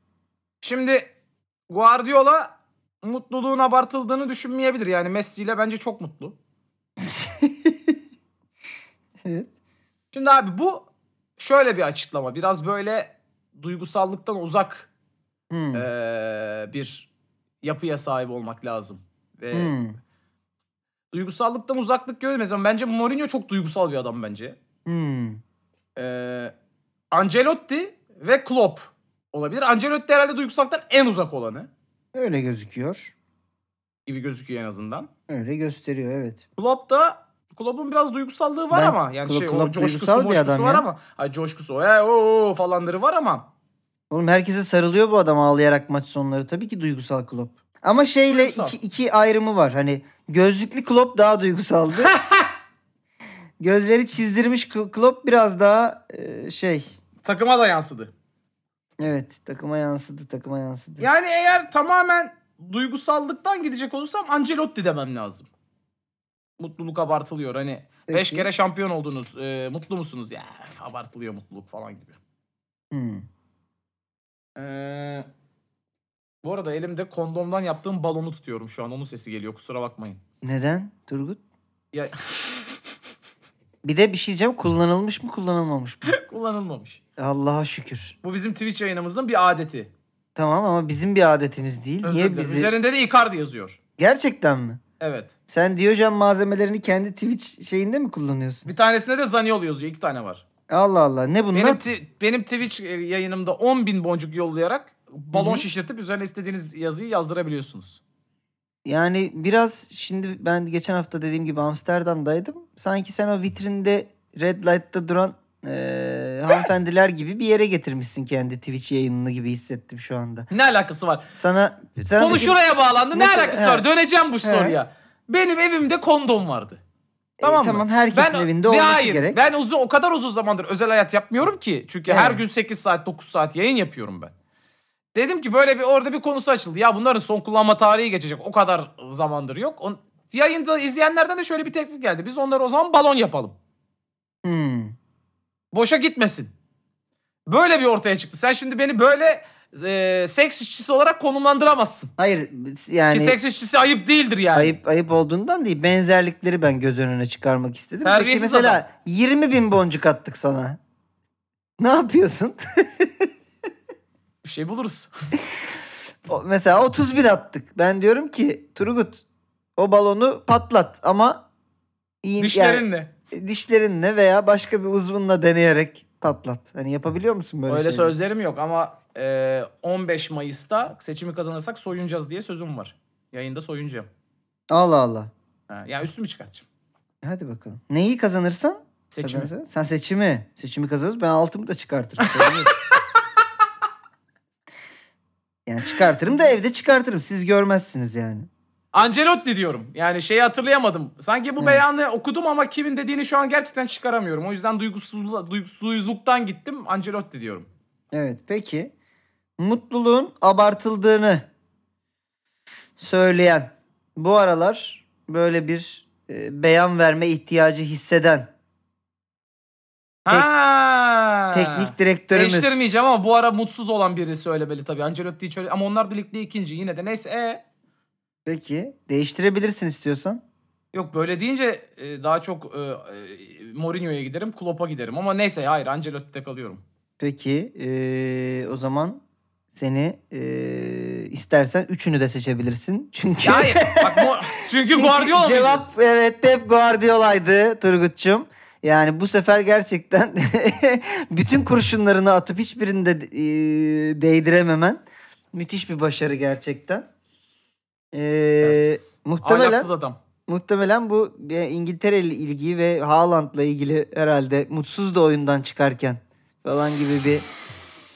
S3: Şimdi Guardiola mutluluğun abartıldığını düşünmeyebilir. Yani Messi ile bence çok mutlu.
S2: Evet.
S3: Şimdi abi bu şöyle bir açıklama. Biraz böyle duygusallıktan uzak
S2: Hmm.
S3: Ee, eee, bir yapıya sahip olmak lazım. Ve
S2: Hmm.
S3: duygusallıktan uzaklık görmez ama bence Mourinho çok duygusal bir adam bence.
S2: Hmm.
S3: Eee Ancelotti ve Klopp olabilir. Ancelotti herhalde duygusallıktan en uzak olanı
S2: Öyle gözüküyor.
S3: gibi gözüküyor en azından.
S2: Öyle gösteriyor evet.
S3: Klopp da Klopp'un biraz duygusallığı var
S2: Ben-
S3: ama yani
S2: Klopp-
S3: şey o
S2: Klopp
S3: coşkusu,
S2: duygusal bir
S3: moşkusu
S2: adam
S3: var
S2: ya.
S3: ama ay coşkusu e o falanları var ama
S2: Oğlum herkese sarılıyor bu adam ağlayarak maç sonları. Tabii ki duygusal Klopp. Ama şeyle
S3: Duygusal.
S2: iki, iki ayrımı var. Hani gözlüklü Klopp daha duygusaldı. Gözleri çizdirmiş Kl- Klopp biraz daha e, şey.
S3: takıma da yansıdı.
S2: Evet takıma yansıdı takıma yansıdı.
S3: Yani eğer tamamen duygusallıktan gidecek olursam Ancelotti demem lazım. Mutluluk abartılıyor hani.
S2: Peki.
S3: Beş kere şampiyon oldunuz. e, mutlu musunuz? Ya abartılıyor mutluluk falan gibi.
S2: Hmm.
S3: Ee, bu arada elimde kondomdan yaptığım balonu tutuyorum şu an. Onun sesi geliyor kusura bakmayın.
S2: Neden Turgut?
S3: Ya,
S2: Bir de bir şey diyeceğim kullanılmış mı kullanılmamış mı?
S3: kullanılmamış.
S2: Allah'a şükür.
S3: Bu bizim Twitch yayınımızın bir adeti.
S2: Tamam ama bizim bir adetimiz değil.
S3: Özür
S2: Niye
S3: dilerim.
S2: bizi?
S3: Üzerinde de Icardi yazıyor.
S2: Gerçekten mi?
S3: Evet.
S2: Sen Diyojen malzemelerini kendi Twitch şeyinde mi kullanıyorsun?
S3: Bir tanesinde de Zaniolo yazıyor. İki tane var.
S2: Allah Allah ne bunlar?
S3: Benim, ti- benim Twitch e, yayınımda 10 bin boncuk yollayarak balon
S2: Hı hı.
S3: şişirtip üzerine istediğiniz yazıyı yazdırabiliyorsunuz.
S2: Yani biraz şimdi ben geçen hafta dediğim gibi Amsterdam'daydım. Sanki sen o vitrinde red light'ta duran eee, hanımefendiler gibi bir yere getirmişsin kendi Twitch yayınını gibi hissettim şu anda.
S3: Ne alakası var?
S2: Sana sana
S3: Konu
S2: bir gün-
S3: şuraya bağlandı. Ne,
S2: Ne-
S3: alakası
S2: He.
S3: var? Döneceğim bu
S2: He.
S3: soruya. Benim evimde kondom vardı.
S2: e,
S3: Tamam mı?
S2: Tamam herkesin
S3: Ben-
S2: evinde
S3: Ve
S2: olması
S3: hayır,
S2: gerek.
S3: Ben uzun, o kadar uzun zamandır özel hayat yapmıyorum ki. Çünkü her
S2: Evet.
S3: gün 8 saat 9 saat yayın yapıyorum ben. Dedim ki böyle bir orada bir konusu açıldı. Ya bunların son kullanma tarihi geçecek. O kadar zamandır yok. On, yayında izleyenlerden de şöyle bir teklif geldi. Biz onları o zaman balon yapalım.
S2: Hmm.
S3: Boşa gitmesin. Böyle bir ortaya çıktı. Sen şimdi beni böyle e, seks işçisi olarak konumlandıramazsın.
S2: Hayır yani
S3: ki seks işçisi ayıp değildir yani.
S2: ayıp ayıp olduğundan değil benzerlikleri ben göz önüne çıkarmak istedim. Peki
S3: Terbiyesiz
S2: mesela
S3: adam.
S2: 20 bin boncuk attık sana. Ne yapıyorsun?
S3: Bir şey buluruz.
S2: O- Mesela 31 attık. Ben diyorum ki Turgut o balonu patlat ama iyi-
S3: Dişlerinle.
S2: yani dişlerinle veya başka bir uzvunla deneyerek patlat. Hani yapabiliyor musun böyle
S3: Öyle
S2: şeyleri?
S3: sözlerim yok ama e, 15 Mayıs'ta seçimi kazanırsak soyunacağız diye sözüm var. Yayında soyunacağım.
S2: Allah Allah.
S3: Ha, yani üstümü çıkartacağım.
S2: Hadi bakalım. Neyi kazanırsan
S3: Seçimi.
S2: kazanırsan- Sen seçimi. Seçimi kazanırız. Ben altımı da çıkartırım. Sorun yok. yani çıkartırım da evde çıkartırım. Siz görmezsiniz yani.
S3: Ancelotti diyorum. Yani şeyi hatırlayamadım. Sanki bu
S2: Evet.
S3: beyanı okudum ama kimin dediğini şu an gerçekten çıkaramıyorum. O yüzden duygusuzlu- duygusuzluktan gittim. Ancelotti diyorum.
S2: Evet peki. Mutluluğun abartıldığını söyleyen bu aralar böyle bir e, beyan verme ihtiyacı hisseden Tek-
S3: Ha.
S2: teknik direktörümüz.
S3: Değiştirmeyeceğim ama bu ara mutsuz olan biri söylemeli tabii. Ancelotti'yi şöyle ama onlar da ligde ikinci yine de neyse. E?
S2: Peki değiştirebilirsin istiyorsan.
S3: Yok böyle deyince e, daha çok e, e, Mourinho'ya giderim, Klopp'a giderim ama neyse hayır Ancelotti'de kalıyorum.
S2: Peki e, o zaman seni e, istersen üçünü de seçebilirsin. Çünkü
S3: Ya hayır. Bak Mo- çünkü
S2: Çünkü
S3: Guardiola mıydı?
S2: Cevap evet Pep Guardiola'ydı Turgut'cum. Yani bu sefer gerçekten bütün kurşunlarını atıp hiçbirini de e, değdirememen müthiş bir başarı gerçekten. E,
S3: Evet.
S2: muhtemelen
S3: Ahlaksız adam.
S2: muhtemelen bu e, İngiltere ile ilgiyi ve Haaland'la ilgili herhalde mutsuz da oyundan çıkarken falan gibi bir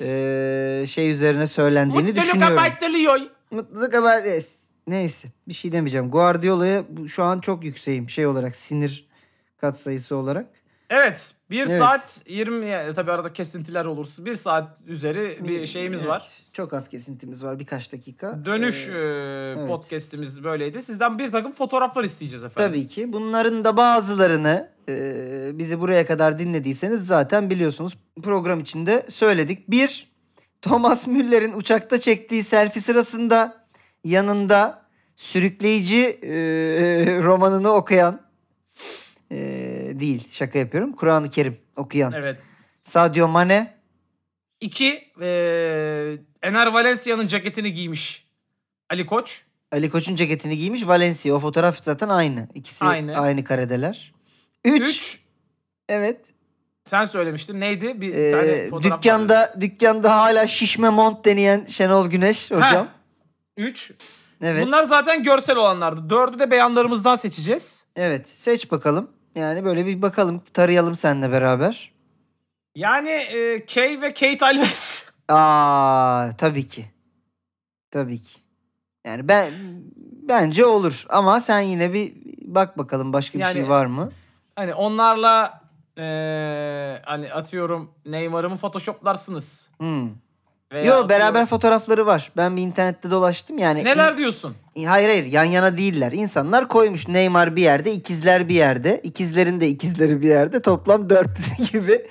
S2: e, şey üzerine söylendiğini
S3: Mutluluk
S2: düşünüyorum.
S3: abartılıyor.
S2: Mutluluk haber es- neyse bir şey demeyeceğim. Guardiola'ya bu- şu an çok yükseğim şey olarak sinir katsayısı olarak.
S3: Evet. 1
S2: Evet.
S3: saat 20 ya, tabii arada kesintiler olursa 1 saat üzeri bir şeyimiz
S2: Evet,
S3: var.
S2: Çok az kesintimiz var birkaç dakika.
S3: Dönüş
S2: Ee,
S3: e, podcast'imiz böyleydi. Sizden bir takım fotoğraflar isteyeceğiz efendim.
S2: tabii ki bunların da bazılarını e, bizi buraya kadar dinlediyseniz zaten biliyorsunuz program içinde söyledik. Bir Thomas Müller'in uçakta çektiği selfie sırasında yanında sürükleyici e, romanını okuyan e, değil şaka yapıyorum Kur'an-ı Kerim okuyan
S3: Evet.
S2: Sadio Mane
S3: İki, e, Ener Valencia'nın ceketini giymiş Ali Koç.
S2: Ali Koç'un ceketini giymiş Valencia o fotoğraf zaten aynı ikisi aynı,
S3: Aynı.
S2: karedeler. 3
S3: Üç,
S2: evet
S3: sen söylemiştin neydi? Bir
S2: e,
S3: tane fotoğraf
S2: dükkanda
S3: vardı.
S2: dükkanda hala şişme mont deneyen Şenol Güneş
S3: Ha,
S2: hocam.
S3: Üç.
S2: Evet.
S3: Bunlar zaten görsel olanlardı. Dördü de beyanlarımızdan seçeceğiz.
S2: Evet seç bakalım. Yani böyle bir bakalım tarayalım seninle beraber.
S3: Yani e, Kay ve Kate Alves.
S2: Aa tabii ki. Tabii ki. Yani ben bence olur ama sen yine bir bak bakalım başka bir şey
S3: Yani-
S2: var mı?
S3: Hani onlarla e, hani atıyorum Neymar'ımı photoshoplarsınız.
S2: Hmm.
S3: Veya
S2: Yo
S3: atıyorum-
S2: beraber fotoğrafları var. Ben bir internette dolaştım yani.
S3: Neler diyorsun?
S2: İ- Hayır hayır yan yana değiller. İnsanlar koymuş Neymar bir yerde, ikizler bir yerde, ikizlerin de ikizleri bir yerde. Toplam dört gibi.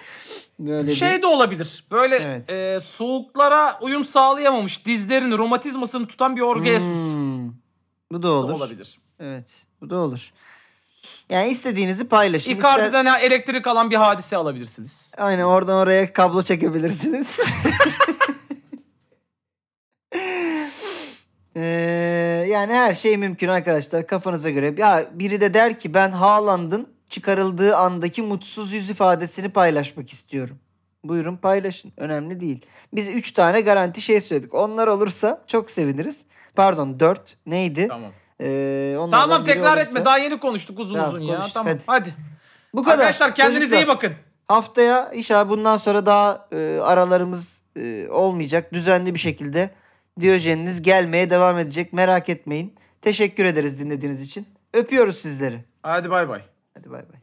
S2: Böyle bir-
S3: Şey de olabilir. Böyle
S2: Evet.
S3: e, soğuklara uyum sağlayamamış dizlerini, romatizmasını tutan bir Orgeasus.
S2: Hmm. Bu da
S3: da
S2: olur.
S3: olabilir.
S2: Evet. Bu da olur. Yani istediğinizi paylaşın. İster-
S3: Icardi'den ha- elektrik alan bir hadise alabilirsiniz.
S2: Aynen oradan oraya kablo çekebilirsiniz. Ee, yani her şey mümkün arkadaşlar kafanıza göre. Ya biri de der ki ben Haaland'ın çıkarıldığı andaki mutsuz yüz ifadesini paylaşmak istiyorum. Buyurun paylaşın. Önemli değil. Biz 3 tane garanti şey söyledik. Onlar olursa çok seviniriz. Pardon 4 neydi?
S3: Tamam.
S2: Ee, onlardan
S3: Tamam
S2: biri
S3: tekrar
S2: olursa-
S3: etme. Daha yeni konuştuk uzun
S2: Tamam,
S3: uzun ya.
S2: konuştuk,
S3: Tamam.
S2: hadi.
S3: Hadi.
S2: Bu kadar.
S3: Arkadaşlar kendinize
S2: Çocuklar.
S3: iyi bakın.
S2: Haftaya inşallah bundan sonra daha e, aralarımız e, olmayacak. Düzenli bir şekilde Diyojeniniz gelmeye devam edecek. Merak etmeyin. Teşekkür ederiz dinlediğiniz için. Öpüyoruz sizleri.
S3: Hadi bay bay.
S2: Hadi bay bay.